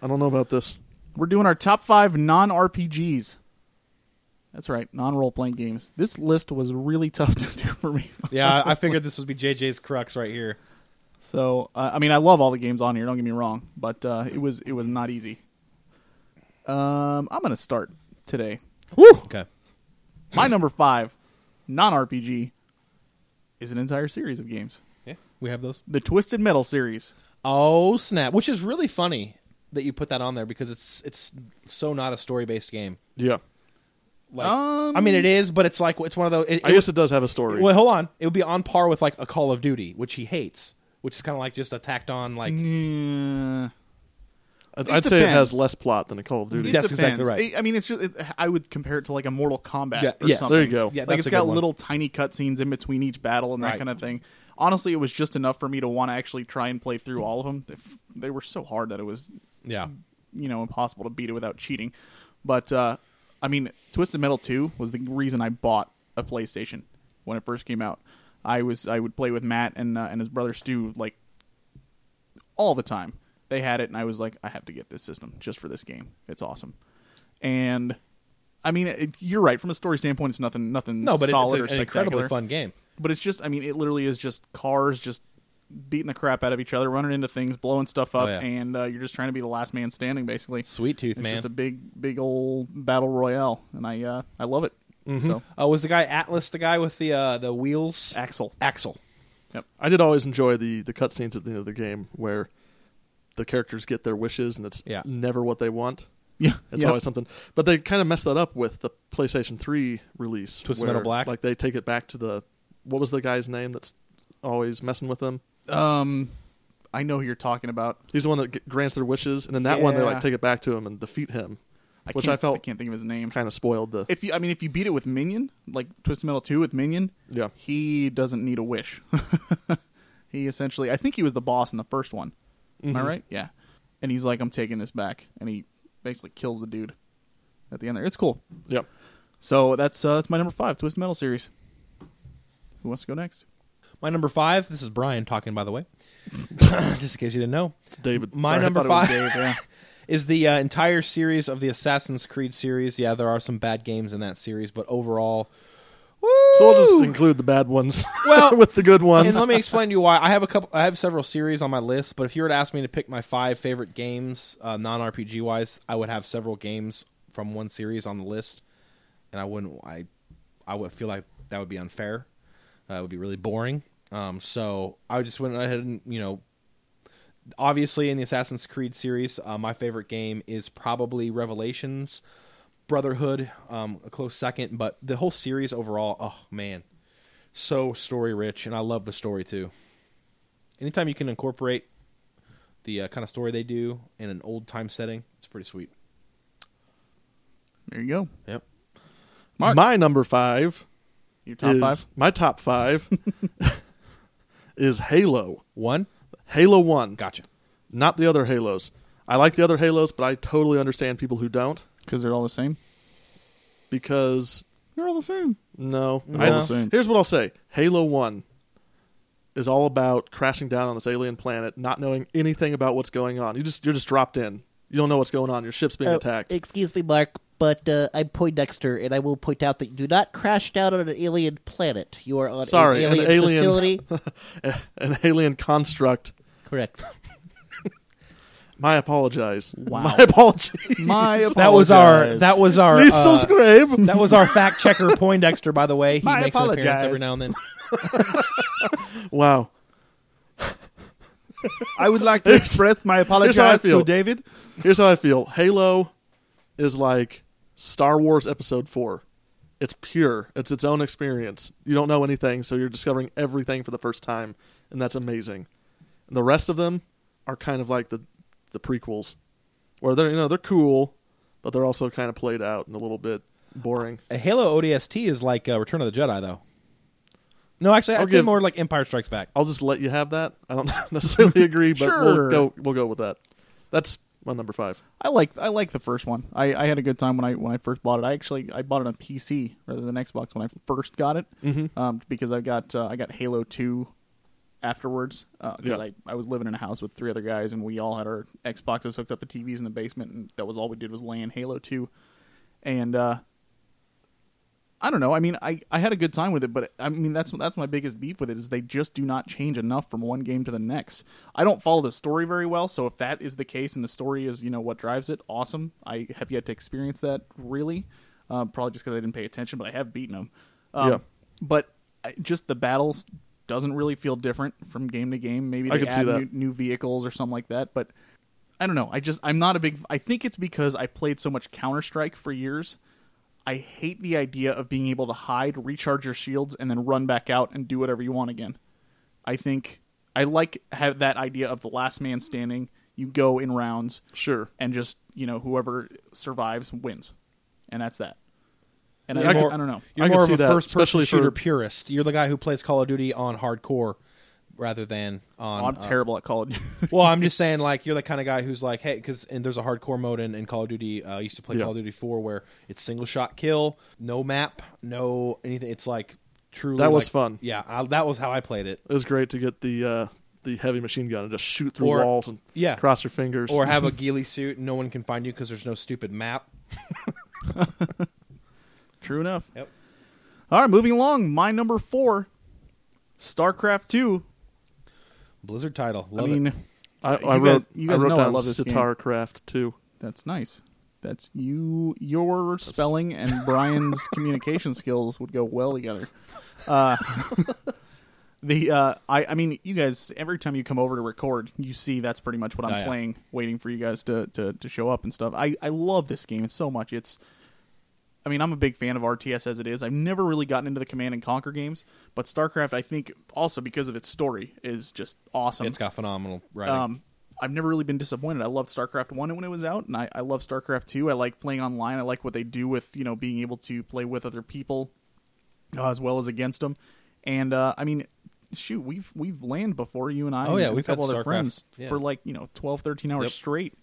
Speaker 3: I don't know about this.
Speaker 2: We're doing our top five non RPGs. That's right, non role playing games. This list was really [laughs] tough to do for me.
Speaker 1: [laughs] Yeah,
Speaker 2: [laughs]
Speaker 1: I, I figured this would be JJ's crux right here.
Speaker 2: So uh, I mean, I love all the games on here. Don't get me wrong, but uh, it was it was not easy. Um, I'm gonna start today.
Speaker 1: Okay. [laughs]
Speaker 2: My number five non RPG is an entire series of games,
Speaker 1: Yeah, we have those.
Speaker 2: the Twisted Metal series.
Speaker 1: Oh snap! Which is really funny that you put that on there because it's it's so not a story based game.
Speaker 3: Yeah.
Speaker 1: Like,
Speaker 2: Um,
Speaker 1: I mean, it is, but it's like it's one of those. It,
Speaker 3: I guess it does have a story.
Speaker 1: Well, hold on. It would be on par with like a Call of Duty, which he hates, which is kind of like just attacked on. Like
Speaker 2: Mm, Yeah.
Speaker 3: I'd,
Speaker 2: it
Speaker 3: I'd say it has
Speaker 2: depends.
Speaker 3: less plot than a Call of Duty.
Speaker 2: It
Speaker 1: That's exactly
Speaker 2: depends.
Speaker 1: right.
Speaker 2: I- I mean, it's just it, I would compare it to like a Mortal Kombat
Speaker 1: Yeah,
Speaker 2: or
Speaker 1: yes.
Speaker 2: something.
Speaker 3: There you go.
Speaker 1: Yeah,
Speaker 2: like
Speaker 1: that's
Speaker 2: it's
Speaker 1: a good
Speaker 2: got
Speaker 1: one.
Speaker 2: little tiny cutscenes in between each battle and that
Speaker 1: Right.
Speaker 2: kind of thing. Honestly, it was just enough for me to want to actually try and play through all of them. They, f- they were so hard that it was
Speaker 1: yeah,
Speaker 2: you know impossible to beat it without cheating. But uh, I mean, Twisted Metal Two was the reason I bought a PlayStation when it first came out. I was I would play with Matt and uh, and his brother Stu like all the time. They had it, and I was like, I have to get this system just for this game. It's awesome. And I mean, it, you're right. From a story standpoint, it's nothing nothing
Speaker 1: no, but it-
Speaker 2: solid
Speaker 1: it's
Speaker 2: or
Speaker 1: a, an
Speaker 2: spectacular.
Speaker 1: incredibly fun game.
Speaker 2: But it's just, I mean, it literally is just cars just beating the crap out of each other, running into things, blowing stuff up,
Speaker 1: Oh, yeah.
Speaker 2: and uh, you're just trying to be the last man standing, basically.
Speaker 1: Sweet tooth,
Speaker 2: it's
Speaker 1: man.
Speaker 2: just a big, big old battle royale, and I, uh, I love it. So,
Speaker 1: Uh, was the guy Atlas the guy with the uh, the wheels?
Speaker 2: Axel,
Speaker 1: Axel.
Speaker 3: I did always enjoy the the cutscenes at the end of the game where the characters get their wishes and it's
Speaker 1: Yeah.
Speaker 3: never what they want.
Speaker 2: yeah,
Speaker 3: It's
Speaker 2: yeah.
Speaker 3: always something. But they kind of messed that up with the PlayStation 3 release.
Speaker 1: Twisted Metal
Speaker 3: where,
Speaker 1: Black?
Speaker 3: Like they take it back to the what was the guy's name that's always messing with them?
Speaker 2: Um, I know who you're talking about.
Speaker 3: He's the one that g- grants their wishes, and then that one they
Speaker 2: Yeah.
Speaker 3: like take it back to him and defeat him,
Speaker 2: I
Speaker 3: which
Speaker 2: can't,
Speaker 3: I felt
Speaker 2: can't think of his name.
Speaker 3: kind of spoiled the.
Speaker 2: If you, I mean, if you beat it with Minion, like Twisted Metal Two with Minion,
Speaker 3: Yeah.
Speaker 2: he doesn't need a wish. [laughs] he essentially, I think he was the boss in the first one.
Speaker 1: Mm-hmm.
Speaker 2: Am I right? Yeah. And he's like, I'm taking this back, and he basically kills the dude at the end there. It's cool.
Speaker 3: Yep.
Speaker 2: So that's uh, that's my number five, Twisted Metal series. Who wants to go next?
Speaker 1: My number five. This is Brian talking, by the way. [coughs] Just in case you didn't know,
Speaker 3: It's David.
Speaker 1: my
Speaker 2: Sorry, I
Speaker 1: number
Speaker 2: thought it was
Speaker 1: five [laughs]
Speaker 2: Dave, yeah.
Speaker 1: is the uh, entire series of the Assassin's Creed series. Yeah, there are some bad games in that series, but overall,
Speaker 3: So we'll
Speaker 1: Woo!
Speaker 3: just include the bad ones [laughs]
Speaker 1: Well,
Speaker 3: with the good ones.
Speaker 1: And let me explain to you why. I have a couple. I have several series on my list, but if you were to ask me to pick my five favorite games, uh, non RPG wise, I would have several games from one series on the list, and I wouldn't. I I would feel like that would be unfair. Uh, it would be really boring. Um, so I just went ahead and you know, obviously in the Assassin's Creed series, uh, my favorite game is probably Revelations. Brotherhood, um, a close second, but the whole series overall, oh man, so story rich, and I love the story too. anytime you can incorporate the uh, kind of story they do in an old time setting, it's pretty sweet.
Speaker 2: There you go.
Speaker 1: Yep.
Speaker 2: Mark.
Speaker 3: My number five
Speaker 2: Your top
Speaker 3: is
Speaker 2: five.
Speaker 3: my top five [laughs] is Halo.
Speaker 1: One.
Speaker 3: Halo One,
Speaker 1: Gotcha.
Speaker 3: not the other Halos. I like the other Halos, but I totally understand people who don't
Speaker 2: Because they're all the same.
Speaker 3: because
Speaker 2: They're all
Speaker 1: [laughs]
Speaker 2: the same.
Speaker 3: no.
Speaker 1: No.
Speaker 3: I-
Speaker 1: All the
Speaker 2: same.
Speaker 3: here's what I'll say: Halo One is all about crashing down on this alien planet, not knowing anything about what's going on. You just you're just dropped in. You don't know what's going on. Your ship's being
Speaker 4: Oh,
Speaker 3: attacked.
Speaker 4: Excuse me, Mark, but uh, I'm Poindexter, and I will point out that you do not crash down on an alien planet. You are on
Speaker 3: Sorry,
Speaker 4: an
Speaker 3: an
Speaker 4: alien
Speaker 3: alien-
Speaker 4: facility.
Speaker 3: An alien construct.
Speaker 4: Correct.
Speaker 3: My apologize.
Speaker 2: Wow.
Speaker 3: My apologies.
Speaker 2: My
Speaker 1: That was our. That was our.
Speaker 3: [laughs] Please
Speaker 1: uh,
Speaker 3: subscribe.
Speaker 2: [laughs]
Speaker 1: that was our fact checker Poindexter. By the
Speaker 3: [laughs]
Speaker 1: way, he
Speaker 2: I
Speaker 1: makes an appearance
Speaker 2: apologize.
Speaker 1: every now and then.
Speaker 3: Wow.
Speaker 2: I
Speaker 1: [laughs]
Speaker 2: would like to express my
Speaker 3: how I
Speaker 2: apologies
Speaker 3: feel.
Speaker 2: to David.
Speaker 3: Here's how I feel. Halo is like Star Wars Episode 4. It's pure. It's its own experience. You don't know anything, so you're discovering everything for the first time, and that's amazing. And the rest of them are kind of like the the prequels, where they're you know they're cool, but they're also kind of played out and a little bit boring.
Speaker 1: A Uh, Halo ODST is like uh, Return of the Jedi, though. No, actually, I'd
Speaker 3: I'll
Speaker 1: say
Speaker 3: give-
Speaker 1: more like Empire Strikes Back.
Speaker 3: I'll just let you have that. I don't [laughs] necessarily agree, but
Speaker 2: Sure.
Speaker 3: we'll go we'll go with that. That's my number five.
Speaker 2: I like I like the first one. I, I had a good time when I when I first bought it. I actually I bought it on PC rather than Xbox when I first got it, um, because I got uh, I got Halo Two afterwards because
Speaker 3: Yeah.
Speaker 2: I, I was living in a house with three other guys and we all had our Xboxes hooked up to TVs in the basement and that was all we did was lay in Halo Two, and uh, I don't know. I mean, I, I had a good time with it, but I mean that's that's my biggest beef with it is they just do not change enough from one game to the next. I don't follow the story very well, so if that is the case and the story is you know what drives it, awesome. I have yet to experience that really, um, probably just because I didn't pay attention, but I have beaten them. Um,
Speaker 3: Yeah.
Speaker 2: But I- just the battles doesn't really feel different from game to game. Maybe
Speaker 3: I
Speaker 2: they
Speaker 3: could see
Speaker 2: add
Speaker 3: that.
Speaker 2: new, new vehicles or something like that, but I don't know. I just I'm not a big. I think it's because I played so much Counter Strike for years. I hate the idea of being able to hide, recharge your shields, and then run back out and do whatever you want again. I think I like have that idea of the last man standing. You go in rounds
Speaker 3: Sure.
Speaker 2: and just you know whoever survives wins, and that's that. And
Speaker 1: You're
Speaker 2: I,
Speaker 1: more-
Speaker 2: I don't know.
Speaker 1: You're
Speaker 3: I can
Speaker 1: more of
Speaker 3: see
Speaker 1: a
Speaker 3: that,
Speaker 1: first-person
Speaker 3: especially for-
Speaker 1: shooter purist. You're the guy who plays Call of Duty on hardcore rather than on.
Speaker 2: Oh, I'm
Speaker 1: uh,
Speaker 2: terrible at Call of Duty.
Speaker 1: well, I'm just saying, like you're the kind of guy who's like, hey, because and there's a hardcore mode in, in Call of Duty. Uh, I used to play
Speaker 3: Yeah.
Speaker 1: Call of Duty 4 where it's single shot kill, no map, no anything. It's like truly
Speaker 3: That was
Speaker 1: like-
Speaker 3: fun.
Speaker 1: Yeah, I, that was how I played it.
Speaker 3: It was great to get the uh, the heavy machine gun and just shoot through
Speaker 1: Or-
Speaker 3: walls and
Speaker 1: yeah.
Speaker 3: cross your fingers.
Speaker 1: Or have a ghillie suit and no one can find you because there's no stupid map.
Speaker 2: True enough.
Speaker 1: Yep.
Speaker 2: All right, moving along. My number four, StarCraft Two.
Speaker 1: Blizzard title.
Speaker 2: I
Speaker 1: Love
Speaker 2: mean,
Speaker 1: it.
Speaker 2: you
Speaker 3: I, I
Speaker 2: guys-
Speaker 3: wrote
Speaker 2: you guys
Speaker 3: I wrote
Speaker 2: know I
Speaker 3: down
Speaker 2: love this game.
Speaker 3: Sitar Craft too.
Speaker 2: that's nice. That's you. Your
Speaker 1: [laughs]
Speaker 2: spelling and Brian's communication skills would go well together. Uh, [laughs] the uh, I, I mean, you guys. Every time you come over to record, you see that's pretty much what I'm
Speaker 1: Oh, yeah.
Speaker 2: playing, waiting for you guys to, to to show up and stuff. I I love this game so much. It's I mean, I'm a big fan of RTS as it is. I've never really gotten into the Command and Conquer games, but StarCraft, I think, also because of its story, is just awesome.
Speaker 3: um,
Speaker 1: It's got phenomenal writing.
Speaker 2: Um, I've never really been disappointed. I loved StarCraft One when it was out, and I, I love StarCraft Two. I like playing online. I like what they do with you know being able to play with other people uh, as well as against them. And uh, I mean, shoot, we've we've land before you and I.
Speaker 1: Oh,
Speaker 2: and
Speaker 1: yeah,
Speaker 2: a
Speaker 1: we've had
Speaker 2: couple other
Speaker 1: StarCraft,
Speaker 2: friends
Speaker 1: yeah.
Speaker 2: for like you know 12, 13 hours
Speaker 1: Yep.
Speaker 2: straight,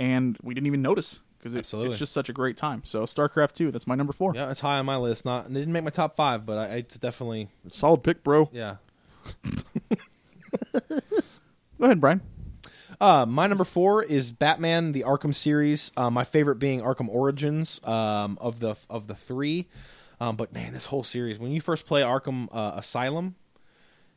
Speaker 2: and we didn't even notice because it,
Speaker 1: Absolutely.
Speaker 2: it's just such a great time. So StarCraft Two, that's my number four.
Speaker 1: Yeah, it's high on my list. Not it didn't make my top five, but I, it's definitely
Speaker 3: Solid pick, bro.
Speaker 1: yeah.
Speaker 2: Go ahead, Brian.
Speaker 1: Uh, my number four is Batman: The Arkham series. Uh, my favorite being Arkham Origins um, of the of the three. Um, but man, this whole series when you first play Arkham uh, Asylum,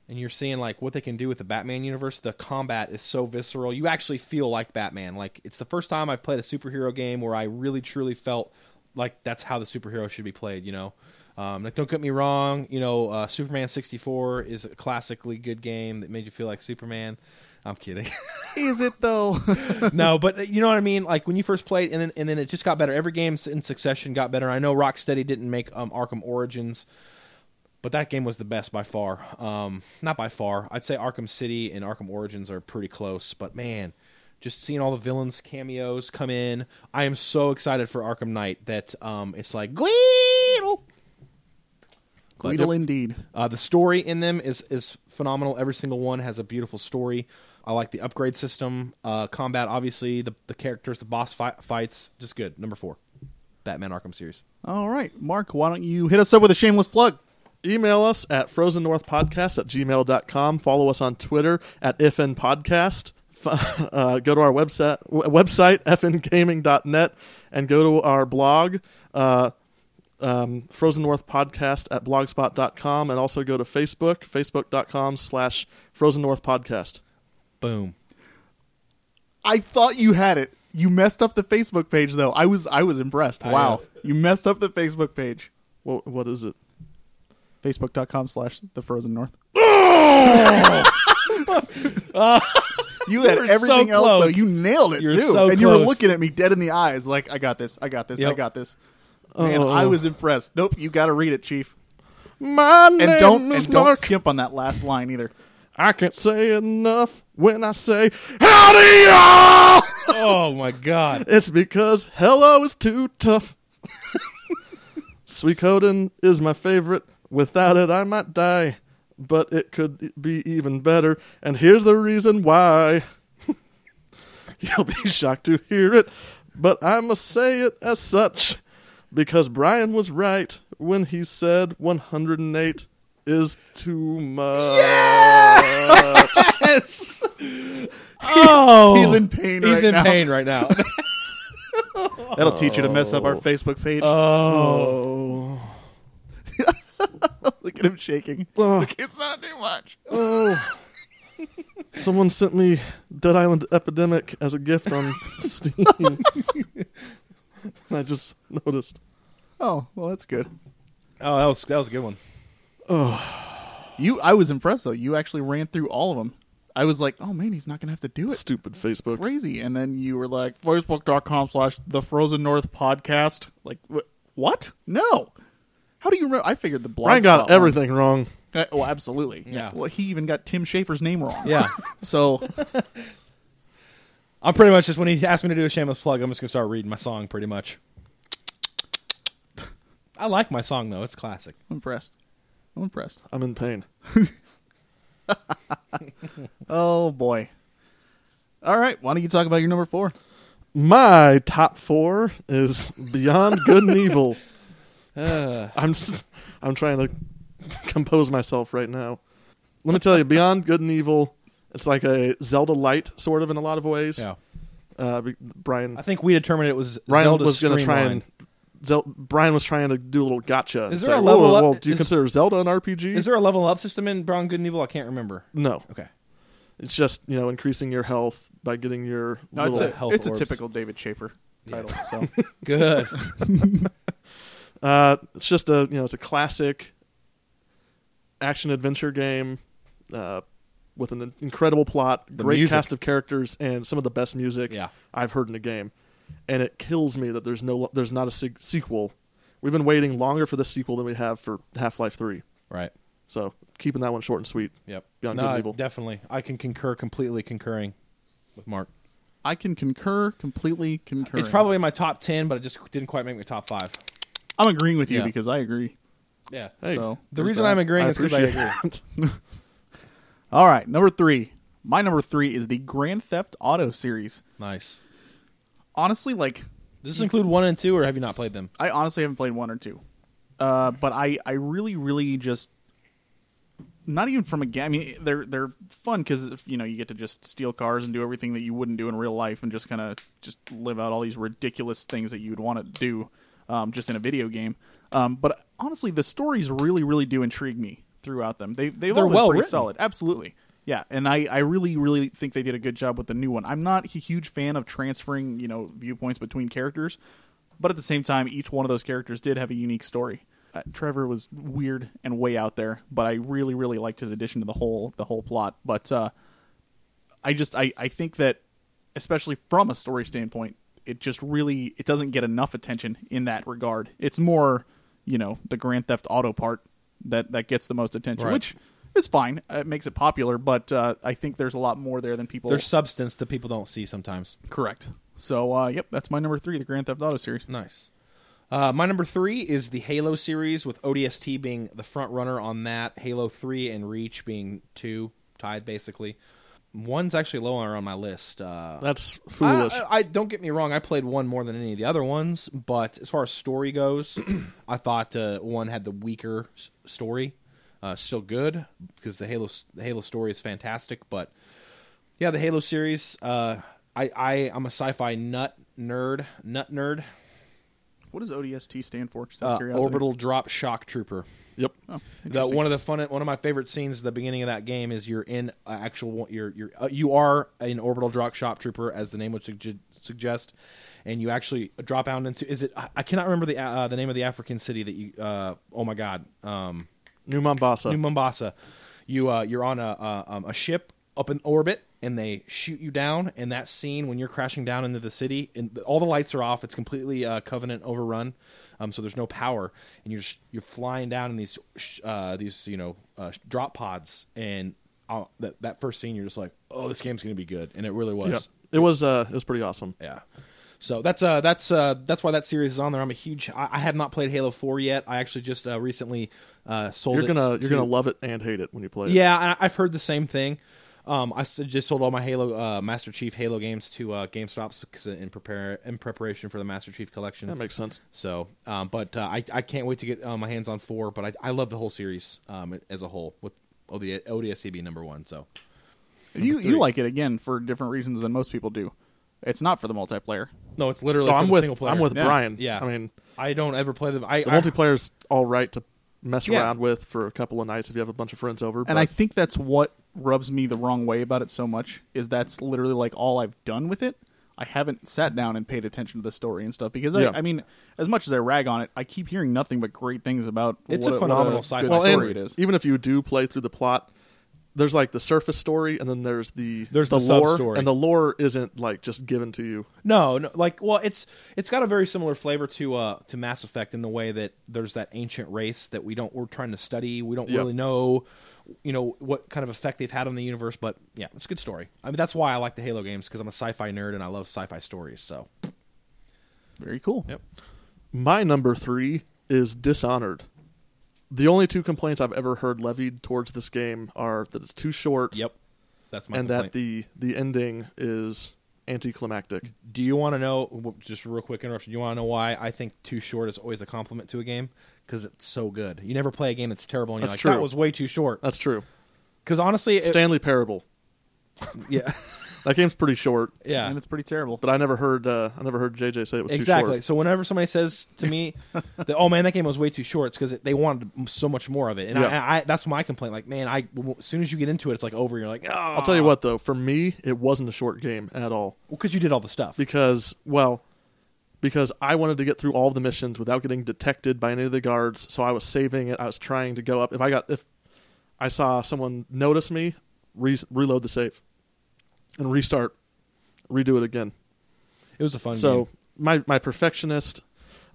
Speaker 1: and you're seeing like what they can do with the Batman universe. The combat is so visceral; you actually feel like Batman. Like it's the first time I've played a superhero game where I really truly felt like that's how the superhero should be played. You know, um, like don't get me wrong. You know, uh, Superman 64 is a classically good game that made you feel like Superman. I'm kidding. [laughs]
Speaker 2: Is it [laughs] though?
Speaker 1: no, but you know what I mean. Like when you first played, and then and then it just got better. Every game in succession got better. I know Rocksteady didn't make um, Arkham Origins But that game was the best by far. Um, not by far. I'd say Arkham City and Arkham Origins are pretty close. But man, just seeing all the villains cameos come in, I am so excited for Arkham Knight that um, it's like Guido. But
Speaker 2: Guido indeed.
Speaker 1: uh, the story in them is is phenomenal. Every single one has a beautiful story. I like the upgrade system, uh, combat, obviously, the the characters, the boss fi- fights, just good. Number four, Batman Arkham series.
Speaker 2: All right, Mark, why don't you hit us up with a shameless plug?
Speaker 3: Email us at frozennorthpodcast at gmail.com. Follow us on Twitter at ifnpodcast. F- [laughs] Uh, go to our website, w- website fngaming.net, and go to our blog, uh, um, Frozen North Podcast at blogspot.com, and also go to Facebook, facebook.com slash Frozen North Podcast.
Speaker 1: Boom.
Speaker 2: I thought you had it. You messed up the Facebook page though. I was I was impressed.
Speaker 1: I,
Speaker 2: Wow.
Speaker 1: uh,
Speaker 2: you messed up the Facebook page.
Speaker 3: What, what is it?
Speaker 2: Facebook.com slash the
Speaker 1: [laughs]
Speaker 2: frozen north. [laughs] you had
Speaker 1: Oh! were so
Speaker 2: everything else though.
Speaker 1: close.
Speaker 2: You nailed it
Speaker 1: You're
Speaker 2: too.
Speaker 1: so
Speaker 2: and you were
Speaker 1: close.
Speaker 2: looking at me dead in the eyes like I got this, I got this, I
Speaker 1: Yep.
Speaker 2: got this. Man,
Speaker 3: Oh.
Speaker 2: I was impressed. Nope, you gotta read it, Chief.
Speaker 3: My
Speaker 2: And
Speaker 3: name
Speaker 2: don't
Speaker 3: is
Speaker 2: and don't
Speaker 3: Mark.
Speaker 2: skimp on that last line either.
Speaker 3: I can't say enough when I say howdy y'all.
Speaker 1: [laughs] oh my
Speaker 2: [laughs]
Speaker 1: god.
Speaker 3: [laughs] It's because hello is too tough. [laughs] Suikoden is my favorite. Without it, I might die, but it could be even better. And here's the reason why. [laughs] You'll be shocked to hear it, but I must say it as such because Brian was right when he said 108 is too much.
Speaker 1: Yes. oh,
Speaker 2: he's in pain
Speaker 1: He's
Speaker 2: right
Speaker 1: in
Speaker 2: now.
Speaker 1: pain right
Speaker 2: [laughs]
Speaker 1: now.
Speaker 2: That'll teach you to mess up our Facebook page.
Speaker 3: Oh.
Speaker 2: [laughs] Look at him shaking.
Speaker 3: Ugh.
Speaker 2: It's not too much.
Speaker 3: Oh. Someone sent me Dead Island Epidemic as a gift on Steam. I just noticed.
Speaker 2: Oh, well, that's good.
Speaker 1: oh, that was that was a good one.
Speaker 2: You, I was impressed though. You actually ran through all of them. I was like, oh man, he's not gonna have to do it.
Speaker 3: Stupid Facebook.
Speaker 2: Crazy. And then you were like, facebook.com slash the frozen north podcast. Like, wh- what? No. How do you remember? I figured the blog.
Speaker 3: Brian
Speaker 2: spot
Speaker 3: got
Speaker 2: one-
Speaker 3: everything wrong.
Speaker 2: Uh, well, absolutely.
Speaker 1: Yeah.
Speaker 2: Well, he even got Tim Schafer's name wrong.
Speaker 1: Yeah,
Speaker 2: [laughs] So
Speaker 1: I'm pretty much just when he asked me to do a shameless plug, I'm just gonna start reading my song pretty much. I like my song though; it's classic.
Speaker 2: I'm impressed. I'm impressed.
Speaker 3: I'm in pain.
Speaker 2: Oh boy. All right. Why don't you talk about your number four?
Speaker 3: My top four is Beyond Good and Evil. I'm just, I'm trying to compose myself right now. Let me tell you, Beyond Good and Evil, it's like a Zelda light, sort of in a lot of ways.
Speaker 1: Yeah,
Speaker 3: Uh, be- Brian,
Speaker 1: I think we determined it was
Speaker 3: Brian
Speaker 1: Zelda
Speaker 3: was going to try
Speaker 1: Streamline.
Speaker 3: and Zel- Brian was trying to do a little gotcha.
Speaker 1: Is
Speaker 3: It's
Speaker 1: there a
Speaker 3: like,
Speaker 1: level
Speaker 3: "Whoa,
Speaker 1: up-
Speaker 3: whoa, do you
Speaker 1: is-
Speaker 3: consider Zelda an RPG?
Speaker 1: Is there a level up system in Brown Good and Evil? I can't remember.
Speaker 3: no,
Speaker 1: Okay.
Speaker 3: it's just you know increasing your health by getting your
Speaker 2: No, it's
Speaker 3: little.
Speaker 2: a,
Speaker 1: health
Speaker 2: it's a
Speaker 1: orbs.
Speaker 2: typical David Schaefer
Speaker 1: Yeah.
Speaker 2: title. So
Speaker 1: Good.
Speaker 3: uh, it's just a you know it's a classic action adventure game uh, with an incredible plot, great
Speaker 1: music.
Speaker 3: cast of characters, and some of the best music
Speaker 1: Yeah.
Speaker 3: I've heard in a game. And it kills me that there's no there's not a se- sequel. We've been waiting longer for this sequel than we have for Half Life Three.
Speaker 1: [laughs] right.
Speaker 3: So keeping that one short and sweet.
Speaker 1: Yep.
Speaker 3: Beyond
Speaker 1: no,
Speaker 3: Good and Evil.
Speaker 1: definitely. I can concur completely concurring with Mark.
Speaker 2: [laughs] I can concur completely. Concur.
Speaker 1: It's probably my top 10, but it just didn't quite make my top 5.
Speaker 2: I'm agreeing with you
Speaker 1: Yeah.
Speaker 2: because I agree.
Speaker 1: Yeah.
Speaker 3: Hey,
Speaker 2: So
Speaker 1: the
Speaker 2: there's
Speaker 1: reason
Speaker 2: that.
Speaker 1: I'm agreeing
Speaker 3: I
Speaker 1: is because I
Speaker 3: appreciate
Speaker 1: agree.
Speaker 3: it.
Speaker 2: all right. Number three. My number three is the Grand Theft Auto series.
Speaker 1: nice.
Speaker 2: Honestly, like
Speaker 1: Does this include 1 and 2, or have you not played them?
Speaker 2: I honestly haven't played one or two, uh, but I I really really just not even from a game. I mean, they're they're fun because you know you get to just steal cars and do everything that you wouldn't do in real life, and just kind of just live out all these ridiculous things that you'd want to do um, just in a video game. Um, but honestly, the stories really really do intrigue me throughout them. They they've
Speaker 1: They're
Speaker 2: all been
Speaker 1: well
Speaker 2: pretty
Speaker 1: written.
Speaker 2: solid, absolutely. Yeah, and I, I really really think they did a good job with the new one. I'm not a huge fan of transferring you know viewpoints between characters, but at the same time, each one of those characters did have a unique story. Uh, Trevor was weird and way out there, but I really, really liked his addition to the whole the whole plot. But uh, I just I, I think that especially from a story standpoint, it just really it doesn't get enough attention in that regard. It's more you know the Grand Theft Auto part that that gets the most attention,
Speaker 1: Right.
Speaker 2: which is fine. It makes it popular, but uh, I think there's a lot more there than people.
Speaker 1: There's substance that people don't see sometimes.
Speaker 2: correct. So uh, yep, that's my number three, the Grand Theft Auto series.
Speaker 1: Nice. Uh, my number three is the Halo series, with ODST being the front runner on that. Halo three and Reach being two, tied basically. One's actually lower on my list. Uh,
Speaker 3: [laughs] That's foolish.
Speaker 1: I, I, I- don't get me wrong. I played one more than any of the other ones, but as far as story goes, [clears throat] I thought uh, one had the weaker s- story. Uh, still good because the Halo s- the Halo story is fantastic, but yeah, the Halo series. Uh, I, I I'm a sci-fi nut nerd, nut nerd.
Speaker 2: What does ODST stand for? Just out of
Speaker 1: Uh,
Speaker 2: curiosity.
Speaker 1: orbital drop shock trooper.
Speaker 3: yep.
Speaker 2: Oh,
Speaker 1: The,
Speaker 2: interesting.
Speaker 1: one of the fun, one of my favorite scenes at the beginning of that game is you're in uh, actual, you're you're uh, you are an orbital drop shop trooper, as the name would sugge- suggest, and you actually drop out into is it? I- I cannot remember the uh, the name of the African city that you. Uh, oh my god, um,
Speaker 3: New Mombasa.
Speaker 1: New Mombasa. You uh, you're on a uh, um, a ship up in orbit, and they shoot you down. And that scene when you're crashing down into the city, and th- all the lights are off. It's completely uh, Covenant overrun, um, so there's no power, and you're just, you're flying down in these sh- uh, these you know uh, drop pods. And uh, that that first scene, you're just like, oh, this game's gonna be good, and it really was.
Speaker 3: Yeah. It was uh, it was pretty awesome.
Speaker 1: Yeah. So that's uh that's uh that's why that series is on there. I'm a huge. I, I have not played Halo Four yet. I actually just uh, recently uh, sold.
Speaker 3: You're
Speaker 1: it
Speaker 3: gonna you're
Speaker 1: to-
Speaker 3: gonna love it and hate it when you play it.
Speaker 1: yeah, and I- I've heard the same thing. Um, I s- just sold all my Halo uh, Master Chief Halo games to uh, GameStops 'cause in prepare in preparation for the Master Chief collection.
Speaker 3: that makes sense.
Speaker 1: so, um, but uh, I I can't wait to get uh, my hands on four. But I, I love the whole series um, as a whole with OD, ODSCB number one. So
Speaker 2: you
Speaker 1: three.
Speaker 2: you like it again for different reasons than most people do. It's not for the multiplayer.
Speaker 1: no, it's literally
Speaker 3: No,
Speaker 1: for
Speaker 3: I'm
Speaker 1: the
Speaker 3: with
Speaker 1: single player.
Speaker 3: I'm with
Speaker 2: Yeah.
Speaker 3: Brian.
Speaker 1: Yeah,
Speaker 3: I mean
Speaker 1: I don't ever play the I,
Speaker 3: the
Speaker 1: I-
Speaker 3: multiplayer's all right to mess
Speaker 1: Yeah.
Speaker 3: around with for a couple of nights if you have a bunch of friends over.
Speaker 2: And
Speaker 3: but
Speaker 2: I think that's what rubs me the wrong way about it so much is that's literally like all I've done with it. I haven't sat down and paid attention to the story and stuff because
Speaker 3: Yeah.
Speaker 2: I, I mean, as much as I rag on it, I keep hearing nothing but great things about
Speaker 1: It's a
Speaker 2: what what
Speaker 1: phenomenal
Speaker 2: good
Speaker 1: sci-fi
Speaker 3: well,
Speaker 2: story. It
Speaker 3: and
Speaker 2: is.
Speaker 3: even if you do play through the plot, there's like the surface story, and then there's the
Speaker 1: There's the
Speaker 3: lore,
Speaker 1: sub-story.
Speaker 3: and the lore isn't like just given to you.
Speaker 1: No, no, like well, it's it's got a very similar flavor to uh to Mass Effect in the way that there's that ancient race that we don't we're trying to study. We don't
Speaker 3: Yep.
Speaker 1: really know, you know, what kind of effect they've had on the universe. But yeah, it's a good story. I mean, that's why I like the Halo games because I'm a sci-fi nerd and I love sci-fi stories. So
Speaker 2: Very cool.
Speaker 1: yep,
Speaker 3: My number three is Dishonored. The only two complaints I've ever heard levied towards this game are that it's too short,
Speaker 1: yep, that's my
Speaker 3: and
Speaker 1: complaint.
Speaker 3: that the the ending is anticlimactic.
Speaker 1: Do you want to know? w- Just real quick interruption. You want to know why I think too short is always a compliment to a game because it's so good. You never play a game that's terrible and you're
Speaker 3: That's
Speaker 1: like that
Speaker 3: true.
Speaker 1: was way too short.
Speaker 3: That's true.
Speaker 1: Because honestly, it,
Speaker 3: Stanley Parable.
Speaker 1: [laughs] yeah,
Speaker 3: That game's pretty short,
Speaker 1: yeah,
Speaker 2: and it's pretty terrible.
Speaker 3: but I never heard uh, I never heard JJ say it was
Speaker 1: exactly.
Speaker 3: too short.
Speaker 1: So whenever somebody says to
Speaker 3: [laughs]
Speaker 1: me, that, "Oh man, that game was way too short," it's because they wanted m- so much more of it, and
Speaker 3: Yeah.
Speaker 1: I, I, that's my complaint. Like, man, I w- as soon as you get into it, it's like over. You're like, oh,
Speaker 3: I'll tell you what though, for me it wasn't a short game at all.
Speaker 1: because you did all the stuff.
Speaker 3: because well because i wanted to get through all the missions without getting detected by any of the guards so i was saving it i was trying to go up if i got if i saw someone notice me re- reload the save and restart redo it again
Speaker 1: It was a fun
Speaker 3: so
Speaker 1: game.
Speaker 3: my my perfectionist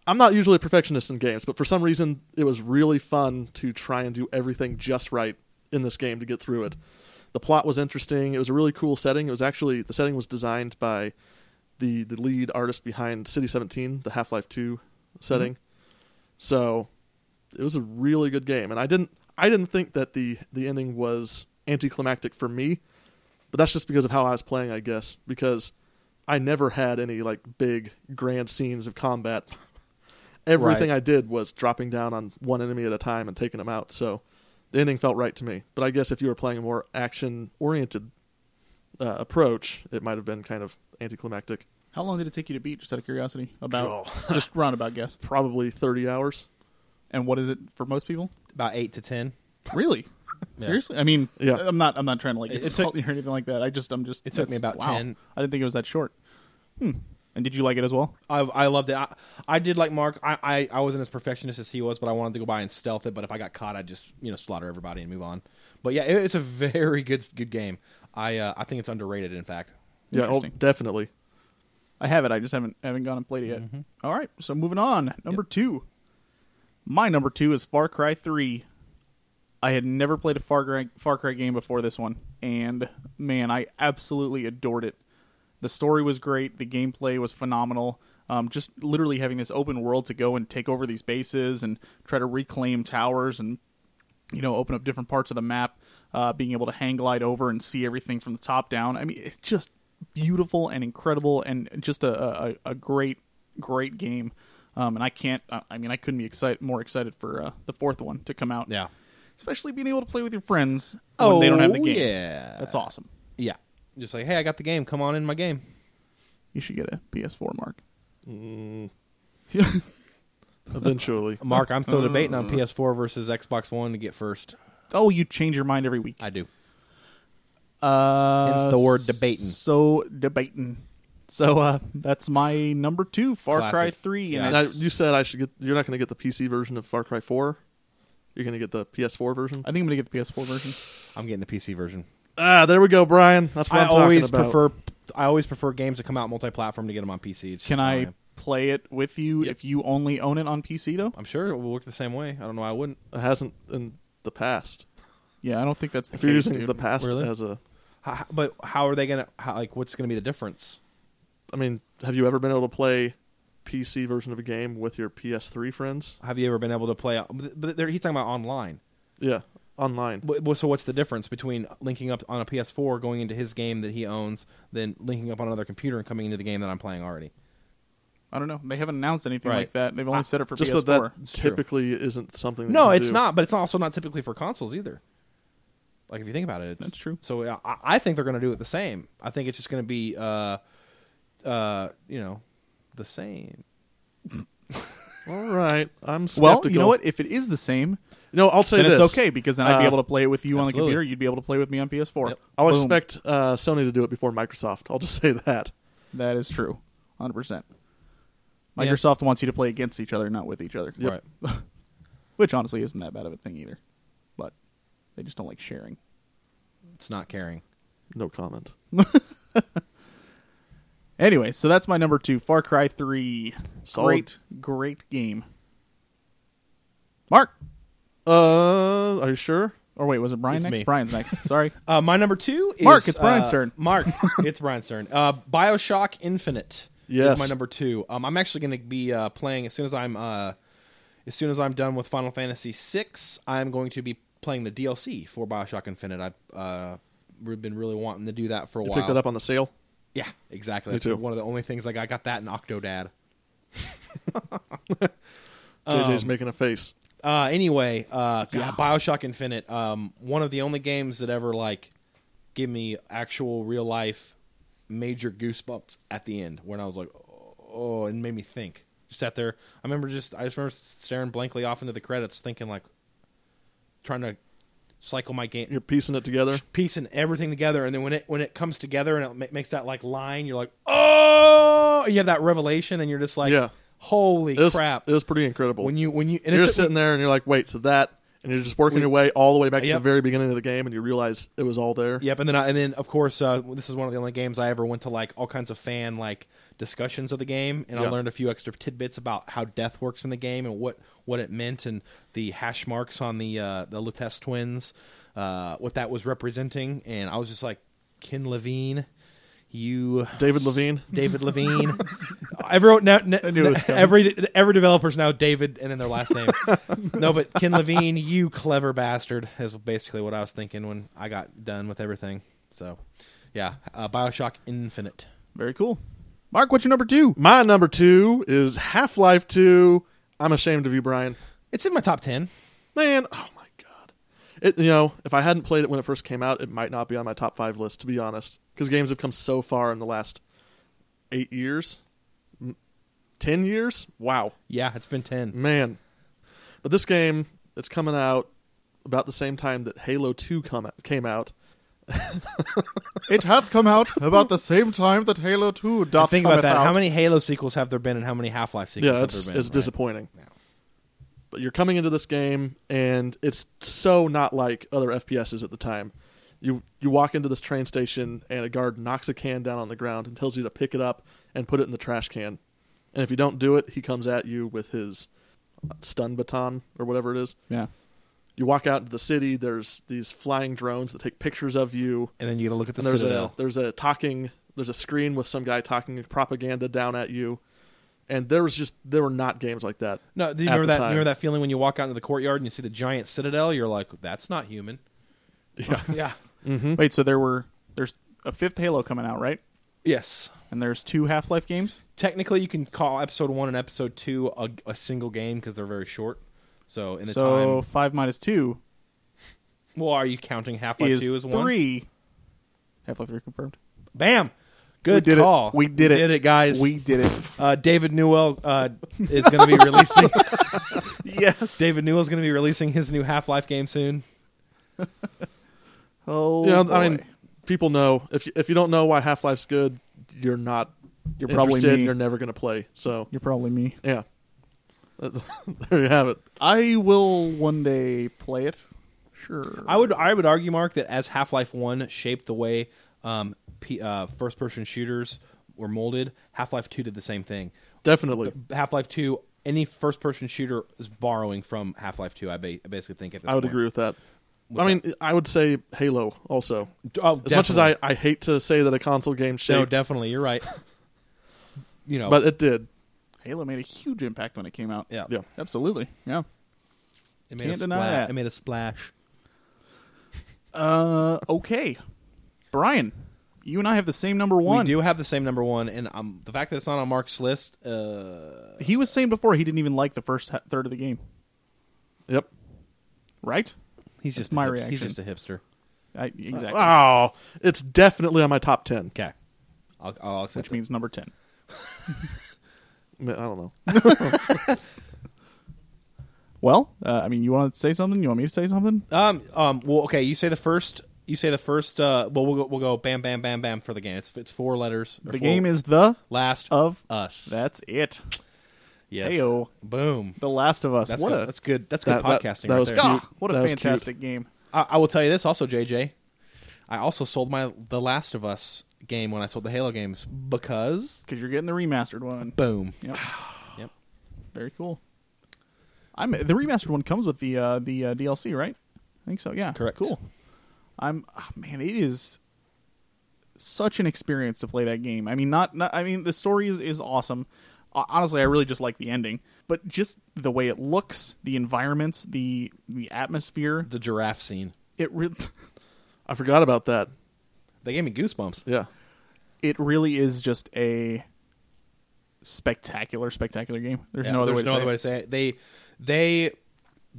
Speaker 3: i'm not usually a perfectionist in games but for some reason it was really fun to try and do everything just right in this game to get through it the plot was interesting it was a really cool setting it was actually the setting was designed by the the lead artist behind city 17 the half-life 2 setting
Speaker 1: Mm-hmm.
Speaker 3: so it was a really good game and i didn't i didn't think that the the ending was anticlimactic for me but that's just because of how I was playing, I guess. Because I never had any like big grand scenes of combat. [laughs] Everything
Speaker 1: Right.
Speaker 3: I did was dropping down on one enemy at a time and taking them out. So the ending felt right to me. But I guess if you were playing a more action-oriented uh, approach, it might have been kind of anticlimactic.
Speaker 2: How long did it take you to beat? Just out of curiosity, about [laughs]
Speaker 3: Oh.
Speaker 2: just roundabout guess.
Speaker 3: Probably 30 hours.
Speaker 2: And what is it for most people?
Speaker 1: About eight to ten.
Speaker 2: Really?
Speaker 1: [laughs] Yeah.
Speaker 2: Seriously? I mean,
Speaker 3: Yeah.
Speaker 2: I'm not. I'm not trying to like
Speaker 1: It- it
Speaker 2: insult you or anything like that. I just, I'm just.
Speaker 1: It took me
Speaker 2: that's-
Speaker 1: about
Speaker 2: wow.
Speaker 1: 10.
Speaker 2: I didn't think it was that short. Hmm. And did you like it as well?
Speaker 1: I, I loved it. I, I did like Mark. I, I, I wasn't as perfectionist as he was, but I wanted to go by and stealth it. But if I got caught, I'd just you know slaughter everybody and move on. But yeah, it, it's a [laughs] very good good game. I uh, I think it's underrated. In fact,
Speaker 3: Yeah, oh,
Speaker 2: Interesting.
Speaker 3: definitely.
Speaker 2: I have it. I just haven't haven't gone and played it yet. All right. So moving on. Number two. My number two is Far Cry Three. I had never played a Far Cry, Far Cry game before this one, and man, I absolutely adored it. The story was great. The gameplay was phenomenal. Um, just literally having this open world to go and take over these bases and try to reclaim towers and you know open up different parts of the map. Uh, being able to hang glide over and see everything from the top down. I mean, it's just beautiful and incredible and just a a, a great great game. Um, and I can't. I I mean, I couldn't be excited more excited for uh, the fourth one to come out.
Speaker 1: Yeah.
Speaker 2: especially being able to play with your friends when they don't have the
Speaker 1: Oh,
Speaker 2: game.
Speaker 1: yeah.
Speaker 2: that's awesome.
Speaker 1: Yeah. Just like, hey, I got the game. Come on in my game.
Speaker 2: You should get a PS4, Mark. Mm.
Speaker 3: Eventually,
Speaker 1: Mark, I'm still debating
Speaker 3: Uh.
Speaker 1: on PS4 versus Xbox One to get first.
Speaker 2: [laughs] oh, you change your mind every week.
Speaker 1: I do.
Speaker 2: Uh,
Speaker 1: Hence the word
Speaker 2: s-
Speaker 1: debating.
Speaker 2: So debating. So uh, that's my number two, Far
Speaker 1: Classic.
Speaker 2: Cry Three, and
Speaker 1: Yeah.
Speaker 3: Now,
Speaker 2: it's-
Speaker 3: you said I should get. You're not going to get the PC version of Far Cry 4. You're going to get the PS4 version.
Speaker 2: I think I'm gonna get the PS4 version.
Speaker 1: I'm getting the PC version.
Speaker 3: Ah, there we go, Brian. That's what
Speaker 1: I
Speaker 3: am talking
Speaker 1: always
Speaker 3: about.
Speaker 1: prefer. I always prefer games that come out multi-platform to get them on PC. It's just
Speaker 2: Can
Speaker 1: how
Speaker 2: I
Speaker 1: am.
Speaker 2: play it with you if you only own it on PC though?
Speaker 1: I'm sure it will work the same way. I don't know. why I wouldn't.
Speaker 3: It hasn't in
Speaker 2: [laughs]
Speaker 3: the past.
Speaker 2: Yeah, I don't think that's the
Speaker 3: If
Speaker 2: case.
Speaker 3: you're using
Speaker 2: dude.
Speaker 3: the past
Speaker 1: Really?
Speaker 3: as a,
Speaker 1: How, but how are they gonna? How, like, what's gonna be the difference?
Speaker 3: I mean, have you ever been able to play PC version of a game with your PS3 friends?
Speaker 1: Have you ever been able to play? But but there- he's talking about online.
Speaker 3: Yeah, online.
Speaker 1: Wh- wh- So what's the difference between linking up on a PS4, going into his game that he owns, then linking up on another computer and coming into the game that I'm playing already?
Speaker 2: I don't know. They haven't announced anything
Speaker 1: Right.
Speaker 2: like that. They've only said it for
Speaker 3: Just
Speaker 2: PS4.
Speaker 3: that that
Speaker 1: It's true.
Speaker 3: typically isn't something. That
Speaker 1: No,
Speaker 3: you can
Speaker 1: it's
Speaker 3: do.
Speaker 1: not. But it's also not typically for consoles either. Like if you think about it, it's,
Speaker 2: That's true.
Speaker 1: So I- I, I think they're going to do it the same. I think it's just going to be, uh, uh, you know, the same.
Speaker 3: All right, I'm skeptical.
Speaker 2: well, you know what? If it is the same,
Speaker 3: No, I'll say
Speaker 2: then
Speaker 3: this.
Speaker 2: it's okay because then I'd be
Speaker 3: Uh,
Speaker 2: able to play it with you on the
Speaker 1: absolutely.
Speaker 2: computer. You'd be able to play with me on PS4.
Speaker 1: Yep.
Speaker 3: I'll
Speaker 2: Boom.
Speaker 3: expect uh, Sony to do it before Microsoft. I'll just [laughs] say that.
Speaker 2: That is true, hundred percent.
Speaker 1: Yeah.
Speaker 2: Microsoft wants you to play against each other, not with each other.
Speaker 1: Yep.
Speaker 2: Which honestly isn't that bad of a thing either, but they just don't like sharing.
Speaker 1: [laughs] It's not caring.
Speaker 3: No comment.
Speaker 2: Anyway, so that's my number two, Far Cry Three.
Speaker 3: Solid.
Speaker 2: Great, great game. Mark,
Speaker 3: Uh, are you sure?
Speaker 2: or wait, was it Brian
Speaker 1: It's
Speaker 2: next?
Speaker 1: me.
Speaker 2: Brian's next.
Speaker 1: [laughs]
Speaker 2: Sorry.
Speaker 1: Uh, my number two is
Speaker 2: Mark, it's Brian's
Speaker 1: uh,
Speaker 2: turn. [laughs]
Speaker 1: Mark, it's Brian's turn. Uh, Bioshock Infinite
Speaker 3: Yes.
Speaker 1: is my number two. Um, I'm actually going to be uh, playing as soon as I'm uh, as soon as I'm done with Final Fantasy VI. I'm going to be playing the DLC for Bioshock Infinite. I've uh, re- been really wanting to do that for a
Speaker 3: You
Speaker 1: while.
Speaker 3: picked that up on the sale.
Speaker 1: Yeah, exactly.
Speaker 3: Me
Speaker 1: That's
Speaker 3: too.
Speaker 1: one of the only things like I got that in Octodad.
Speaker 2: Um,
Speaker 3: JJ's making a face.
Speaker 1: Uh, anyway, uh, God, Bioshock Infinite, um, one of the only games that ever like give me actual real life major goosebumps at the end when I was like, oh, and made me think. Just sat there. I remember just I just remember staring blankly off into the credits, thinking like, trying to cycle my game,
Speaker 3: You're piecing it together.
Speaker 1: piecing everything together, and then when it when it comes together and it ma- makes that like line, you're like, oh, you have that revelation, and you're just like,
Speaker 3: Yeah.
Speaker 1: holy
Speaker 3: It was,
Speaker 1: crap!
Speaker 3: It was pretty incredible.
Speaker 1: when you when you and it
Speaker 3: you're
Speaker 1: took me-
Speaker 3: sitting there and you're like, wait, so that, and you're just working your way all the way back to the
Speaker 1: Yep.
Speaker 3: very beginning of the game, and you realize it was all there.
Speaker 1: Yep, and then I, and then of course uh, this is one of the only games I ever went to like all kinds of fan like discussions of the game, and I
Speaker 3: Yeah.
Speaker 1: learned a few extra tidbits about how death works in the game and what what it meant and the hash marks on the uh, the Lattes twins, uh, what that was representing, and I was just like Ken Levine. You,
Speaker 3: David Levine?
Speaker 1: David Levine. Everyone now, n-
Speaker 2: knew it was coming.
Speaker 1: every every developer's now David, and then their last name. no,
Speaker 3: [laughs]
Speaker 1: but Ken Levine, you clever bastard, is basically what I was thinking when I got done with everything. So, yeah, uh, Bioshock Infinite.
Speaker 2: Very cool. Mark, what's your
Speaker 1: [laughs]
Speaker 2: number two?
Speaker 3: My number two is Half Life Two. I'm ashamed of you, Brian.
Speaker 1: It's in my top ten.
Speaker 3: Man, oh my god. It you know, if I hadn't played it when it first came out, it might not be on my top five list to be honest, because games have come so far in the last eight years, M- ten years. Wow,
Speaker 1: Yeah, it's been ten.
Speaker 3: man. But this game, it's coming out about the same time that Halo Two come came out.
Speaker 2: It hath come out about the same time that Halo 2 doth
Speaker 1: Think about that. How many Halo sequels have there been, and how many Half Life sequels
Speaker 3: yeah,
Speaker 1: have
Speaker 3: it's,
Speaker 1: there been?
Speaker 3: it's
Speaker 1: right?
Speaker 3: disappointing.
Speaker 1: Yeah.
Speaker 3: But you're coming into this game, and it's so not like other FPSs at the time. You you walk into this train station, and a guard knocks a can down on the ground and tells you to pick it up and put it in the trash can. And if you don't do it, he comes at you with his stun baton or whatever it is.
Speaker 2: Yeah.
Speaker 3: You walk out into the city. There's these flying drones that take pictures of you.
Speaker 1: and then you got to look at the
Speaker 3: and there's
Speaker 1: Citadel.
Speaker 3: a there's a talking there's a screen with some guy talking propaganda down at you, and there was just there were not games like that.
Speaker 1: No, do you
Speaker 3: at
Speaker 1: remember
Speaker 3: the
Speaker 1: that?
Speaker 3: time.
Speaker 1: Remember that feeling when you walk out into the courtyard and you see the giant citadel? You're like, that's not human.
Speaker 3: [laughs] Yeah.
Speaker 1: yeah.
Speaker 2: [laughs] Wait, so there were there's a fifth Halo coming out, right?
Speaker 1: Yes.
Speaker 2: And there's two Half Life games.
Speaker 1: Technically, you can call episode one and episode two a, a single game because they're very short. So in the
Speaker 2: So
Speaker 1: time,
Speaker 2: five minus two
Speaker 1: well, are you counting Half Life
Speaker 2: is
Speaker 1: Two as one?
Speaker 2: three. Half Life three confirmed.
Speaker 1: Bam. Good
Speaker 2: we did
Speaker 1: call.
Speaker 2: It. We did it.
Speaker 1: Did it, guys.
Speaker 2: We
Speaker 1: [laughs]
Speaker 2: did it.
Speaker 1: uh, David Newell uh, is going to
Speaker 2: [laughs]
Speaker 1: be releasing.
Speaker 2: yes.
Speaker 1: David Newell's going to be releasing his new Half Life game soon.
Speaker 2: Oh,
Speaker 3: You know,
Speaker 2: boy.
Speaker 3: I mean, people know if you, if you don't know why Half Life's good, you're not
Speaker 2: You're probably
Speaker 3: interested and
Speaker 2: me.
Speaker 3: You're never going to play. So
Speaker 2: you're probably me.
Speaker 3: yeah, [laughs] there you have it.
Speaker 2: I will one day play it. Sure.
Speaker 1: I would I would argue, Mark, that as Half Life One shaped the way um, P, uh, first person shooters were molded, Half Life Two did the same thing.
Speaker 3: Definitely.
Speaker 1: Half Life Two, any first person shooter is borrowing from Half Life Two. I, ba- I basically think at this
Speaker 3: I would
Speaker 1: point.
Speaker 3: agree with that. I mean, I would say Halo also.
Speaker 1: Oh,
Speaker 3: As much as I,
Speaker 1: definitely.
Speaker 3: I hate to say that a console game shaped,
Speaker 1: no, definitely you're
Speaker 2: [laughs]
Speaker 1: right. you know,
Speaker 3: but it did.
Speaker 2: Halo made a huge impact when it came out.
Speaker 1: yeah,
Speaker 3: Yeah.
Speaker 2: Absolutely. Yeah.
Speaker 1: it made a
Speaker 2: Can't deny
Speaker 1: splash.
Speaker 2: that.
Speaker 1: It made a splash.
Speaker 2: Uh, okay. Brian, you and I have the same number one.
Speaker 1: We do have the same number one, and um, the fact that it's not on Mark's list, uh,
Speaker 2: He was saying before he didn't even like the first ha- third of the game,
Speaker 3: Yep.
Speaker 2: right?
Speaker 1: he's
Speaker 2: That's
Speaker 1: just a
Speaker 2: my
Speaker 1: hips- He's
Speaker 2: reaction.
Speaker 1: just a Ah. hipster.
Speaker 2: I, exactly.
Speaker 3: Oh, it's definitely on my top ten.
Speaker 1: Okay, I'll, I'll accept.
Speaker 2: Which means number 10.
Speaker 3: I mean, I don't know. [laughs]
Speaker 2: Well, uh, I mean, you want to say something? You want me to say something?
Speaker 1: Um. Um. Well. Okay. You say the first. You say the first. Uh. Well, we'll go, we'll go. Bam. Bam. Bam. Bam. For the game. It's it's four letters. or
Speaker 2: The
Speaker 1: four-
Speaker 2: game is The
Speaker 1: Last
Speaker 2: Of
Speaker 1: Us.
Speaker 2: That's It.
Speaker 1: yes.
Speaker 2: Heyo.
Speaker 1: Boom.
Speaker 2: The Last of Us.
Speaker 1: That's
Speaker 2: what
Speaker 1: good.
Speaker 2: a
Speaker 1: that's good. That's good
Speaker 3: That- that-
Speaker 1: podcasting.
Speaker 3: that
Speaker 1: right
Speaker 3: was
Speaker 1: there.
Speaker 3: good.
Speaker 2: Ah, what
Speaker 3: That
Speaker 2: a
Speaker 3: was
Speaker 2: fantastic game.
Speaker 1: I, I will tell you this also, JJ. I also sold my the Last of Us game when I sold the Halo games because
Speaker 2: Because you're getting the remastered one.
Speaker 1: boom.
Speaker 2: Yep.
Speaker 1: [sighs] Yep.
Speaker 2: Very cool. I'm the remastered one comes with the uh, the uh, DLC, right? I think so. Yeah.
Speaker 1: Correct.
Speaker 2: Cool. I'm ah, man, it is such an experience to play that game. I mean, not, not I mean, the story is is awesome. O- Honestly, I really just like the ending, but just the way it looks, the environments, the the atmosphere,
Speaker 1: The giraffe scene.
Speaker 2: it re- [laughs]
Speaker 3: I forgot about that.
Speaker 1: They gave me goosebumps.
Speaker 3: Yeah.
Speaker 2: it really is just a spectacular spectacular game. There's
Speaker 1: Yeah,
Speaker 2: no other
Speaker 1: there's
Speaker 2: way to
Speaker 1: no
Speaker 2: say
Speaker 1: other
Speaker 2: it.
Speaker 1: way to say it. They they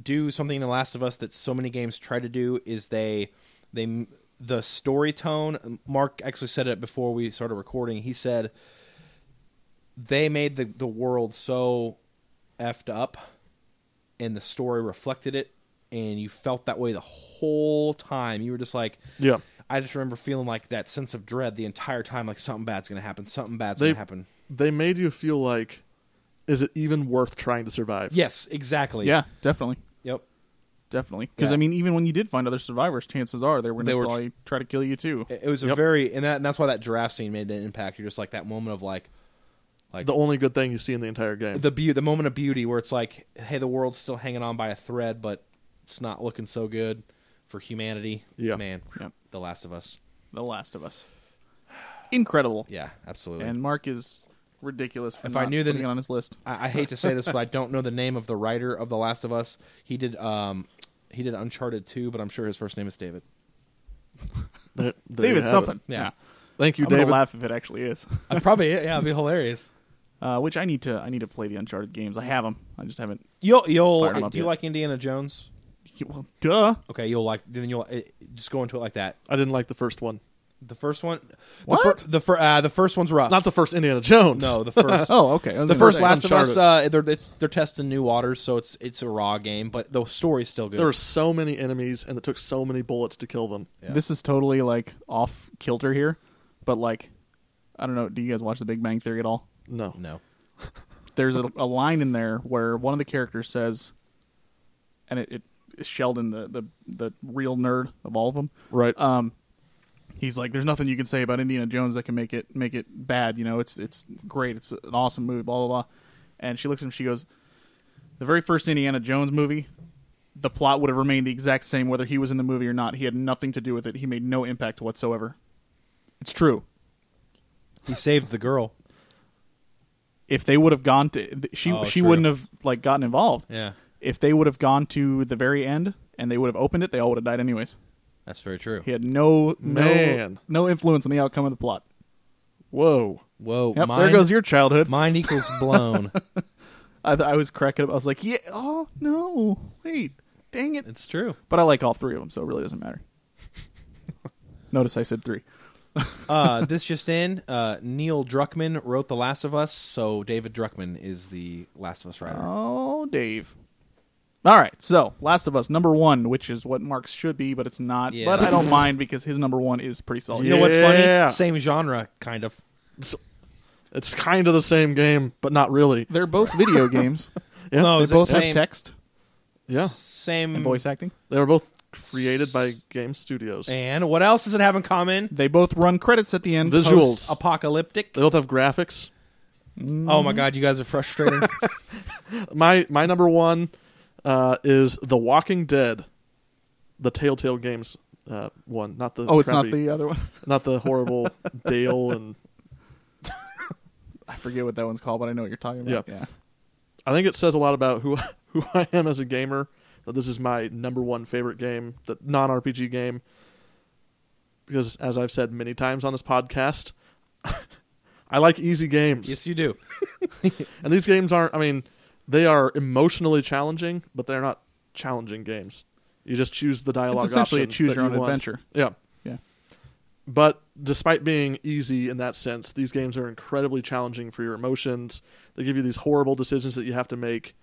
Speaker 1: do something in The Last of Us that so many games try to do is they they m- the story tone. Mark actually said it before we started recording. He said they made the the world so effed up, and the story reflected it, and you felt that way the whole time. You were just like,
Speaker 3: Yeah.
Speaker 1: I just remember feeling like that sense of dread the entire time, like something bad's gonna happen, something bad's
Speaker 3: They-
Speaker 1: gonna happen.
Speaker 3: They made you feel like, is it even worth trying to survive?
Speaker 1: Yes, exactly.
Speaker 2: Yeah, definitely.
Speaker 1: Yep.
Speaker 2: Definitely, because
Speaker 1: Yeah.
Speaker 2: I mean, even when you did find other survivors, chances are they were
Speaker 1: They
Speaker 2: going
Speaker 1: were
Speaker 2: to
Speaker 1: tr-
Speaker 2: probably try to kill you too.
Speaker 1: It, it was a very and that and that's why that giraffe scene made an impact. You're just like that moment of like, like
Speaker 3: The
Speaker 1: the
Speaker 3: only good thing you see in the entire game.
Speaker 1: the beau- the moment of beauty where it's like, hey, the world's still hanging on by a thread, but it's not looking so good for humanity.
Speaker 3: Yeah.
Speaker 1: man.
Speaker 2: Yep.
Speaker 1: The Last of Us.
Speaker 2: The Last of Us, incredible.
Speaker 1: Yeah, absolutely.
Speaker 2: And Mark is ridiculous. For
Speaker 1: If I
Speaker 2: not
Speaker 1: knew the-
Speaker 2: putting it on his list,
Speaker 1: I, I hate to say this, but I don't know the name of the writer of The Last of Us. He did um he did Uncharted 2, but I'm sure his first name is David.
Speaker 3: There- there you have
Speaker 2: David
Speaker 3: it.
Speaker 2: something.
Speaker 1: Yeah.
Speaker 3: Thank you,
Speaker 2: I'm
Speaker 3: David.
Speaker 2: gonna laugh if it actually is.
Speaker 1: I probably yeah, it'd be hilarious.
Speaker 2: uh, which I need to. I need to play the Uncharted games. I have them. I just haven't.
Speaker 1: You'll you'll
Speaker 2: Fired him up
Speaker 1: do you
Speaker 2: yet.
Speaker 1: like Indiana Jones?
Speaker 2: Well, duh.
Speaker 1: Okay, you'll like then you'll eh, just go into it like that.
Speaker 3: I didn't like the first one.
Speaker 1: The first one, The,
Speaker 2: What?
Speaker 1: fir- the, fir- uh, the first one's rough.
Speaker 3: Not the first Indiana Jones.
Speaker 1: no,
Speaker 3: [laughs]
Speaker 1: the first.
Speaker 2: Oh, okay. I was
Speaker 1: the
Speaker 2: gonna
Speaker 1: first
Speaker 2: say-
Speaker 1: Last of Us.
Speaker 3: Uncharted.
Speaker 1: Uh, they're it's, they're testing new waters, so it's it's a raw game, but the story's still good.
Speaker 3: There were so many enemies, and it took so many bullets to kill them.
Speaker 1: Yeah.
Speaker 2: This is totally like off kilter here, but like, I don't know. Do you guys watch The Big Bang Theory at all?
Speaker 3: No.
Speaker 1: no.
Speaker 2: there's a, a line in there where one of the characters says, and it, it Sheldon, the, the the real nerd of all of them,
Speaker 3: Right.
Speaker 1: Uh,
Speaker 2: um, he's like, "There's nothing you can say about Indiana Jones that can make it make it bad. You know, it's it's great. It's an awesome movie. Blah blah blah." And she looks at him. She goes, "The very first Indiana Jones movie, the plot would have remained the exact same whether he was in the movie or not. He had nothing to do with it. He made no impact whatsoever. It's true.
Speaker 1: He saved the girl.
Speaker 2: If they would have gone to th- she
Speaker 1: Oh,
Speaker 2: she
Speaker 1: true.
Speaker 2: wouldn't have like gotten involved.
Speaker 1: Yeah,
Speaker 2: If they would have gone to the very end and they would have opened it, they all would have died anyways.
Speaker 1: that's very true.
Speaker 2: He had no
Speaker 3: Man.
Speaker 2: no no influence on the outcome of the plot.
Speaker 3: Whoa.
Speaker 1: Whoa,
Speaker 2: Yep,
Speaker 1: mind,
Speaker 2: there goes your childhood.
Speaker 1: mind equals blown.
Speaker 2: I, I was cracking up. I was like, yeah, oh no, wait, dang it.
Speaker 1: it's true.
Speaker 2: But I like all three of them, so it really doesn't
Speaker 3: [laughs]
Speaker 2: matter. Notice I said three.
Speaker 1: Uh, this just in: uh, Neil Druckmann wrote The Last of Us, so David Druckmann is the Last of Us writer.
Speaker 2: Oh, Dave. All right, so Last of Us number one, which is what Mark's should be, but it's not.
Speaker 1: Yeah.
Speaker 2: But I don't mind because his number one is pretty solid.
Speaker 1: you know [laughs] what's funny?
Speaker 3: yeah.
Speaker 1: Same genre, kind of.
Speaker 3: It's, it's kind of the same game, but not really.
Speaker 2: They're both
Speaker 1: [laughs]
Speaker 2: video games.
Speaker 3: Yeah,
Speaker 1: No,
Speaker 2: They
Speaker 1: it's
Speaker 2: both
Speaker 1: Oh, the
Speaker 2: have
Speaker 1: same-
Speaker 2: text
Speaker 3: Yeah.
Speaker 1: Same
Speaker 3: Hmm.
Speaker 2: and voice acting.
Speaker 3: They were both created by game studios.
Speaker 1: And what else does it have in common?
Speaker 2: They both run credits at the end.
Speaker 3: This- Visuals.
Speaker 1: Apocalyptic.
Speaker 3: They both have graphics.
Speaker 1: Oh my god, you guys are [laughs] frustrating.
Speaker 3: My my number one uh, is The Walking Dead, the Telltale Games uh, one, not the
Speaker 2: oh, it's not
Speaker 3: crappy-
Speaker 2: the other one. [laughs]
Speaker 3: not the horrible [laughs] Dale and
Speaker 2: I forget what that one's called, but I know what you're talking about.
Speaker 3: Yeah.
Speaker 2: Yeah.
Speaker 3: I think it says a lot about who [laughs] who I am as a gamer that this is my number one favorite game, the non RPG game. Because as I've said many times on this podcast, [laughs] I like easy games,
Speaker 1: yes, you do.
Speaker 3: and these games aren't. I mean, they are emotionally challenging, but they're not challenging games. You just choose the dialogue.
Speaker 2: It's essentially a
Speaker 3: option
Speaker 2: choose
Speaker 3: that
Speaker 2: your
Speaker 3: you
Speaker 2: own
Speaker 3: want.
Speaker 2: adventure.
Speaker 3: Yeah,
Speaker 2: Yeah.
Speaker 3: but despite being easy in that sense, these games are incredibly challenging for your emotions. They give you these horrible decisions that you have to make.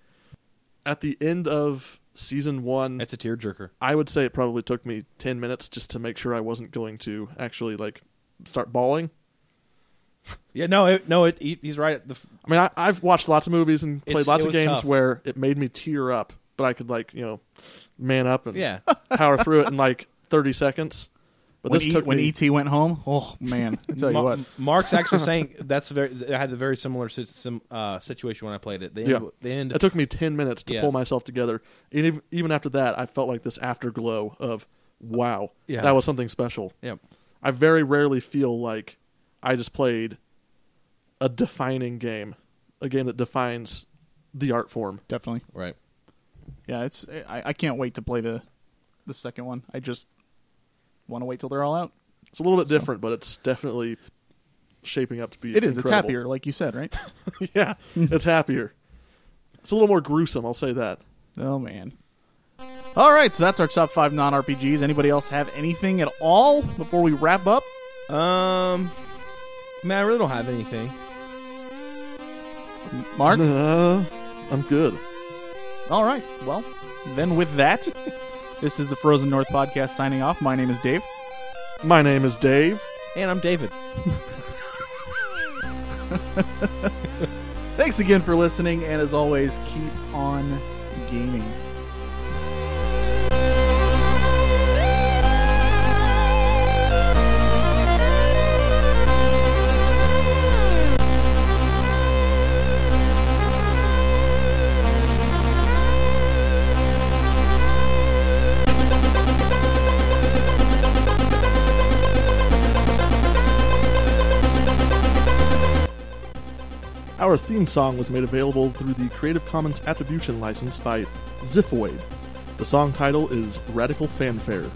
Speaker 3: At the end of season one,
Speaker 1: That's a tearjerker.
Speaker 3: I would say it probably took me 10 minutes just to make sure I wasn't going to actually like start bawling.
Speaker 1: Yeah, no, it, no, it, he, he's right. The, f-
Speaker 3: I mean, I, I've watched lots of movies and played
Speaker 1: It's-
Speaker 3: lots
Speaker 1: it
Speaker 3: of
Speaker 1: was
Speaker 3: games
Speaker 1: tough.
Speaker 3: where it made me tear up, but I could like, you know, man up and
Speaker 1: yeah,
Speaker 3: [laughs] power through it in like 30 seconds. But
Speaker 2: when
Speaker 3: this
Speaker 2: E-
Speaker 3: took
Speaker 2: when
Speaker 3: me,
Speaker 2: ET went home, oh man, I tell you
Speaker 1: Ma-
Speaker 2: what,
Speaker 1: Mark's
Speaker 2: [laughs]
Speaker 1: actually saying that's very. I had a very similar si- sim, uh, situation when I played it. The end,
Speaker 3: Yeah.
Speaker 1: the end
Speaker 3: It took me 10 minutes to
Speaker 1: Yeah.
Speaker 3: pull myself together. And ev- even after that, I felt like this afterglow of, wow,
Speaker 1: Yeah.
Speaker 3: that was something special.
Speaker 1: yeah,
Speaker 3: I very rarely feel like I just played a defining game, a game that defines the art form.
Speaker 2: definitely.
Speaker 1: right.
Speaker 2: Yeah, it's I, I can't wait to play the the second one. I just want to wait till they're all out.
Speaker 3: It's a little bit different, but it's definitely shaping up to be
Speaker 2: It is. It's
Speaker 3: incredible.
Speaker 2: happier, like you said, right?
Speaker 3: [laughs]
Speaker 2: [laughs]
Speaker 3: yeah, it's happier. It's a little more gruesome, I'll say that.
Speaker 2: oh man. All right, so that's our top five non RPGs. Anybody else have anything at all before we wrap up?
Speaker 1: Um, man, I really don't have anything.
Speaker 3: [laughs]
Speaker 2: Mark.
Speaker 3: Uh, I'm good.
Speaker 2: all right. Well, then with that, [laughs] this is the Frozen North podcast signing off. My name is Dave.
Speaker 3: My name is Dave.
Speaker 1: And I'm David.
Speaker 2: Thanks again for listening, and as always, keep on gaming.
Speaker 3: Our theme song was made available through the Creative Commons Attribution License by Ziphoid. The song title is Radical Fanfare.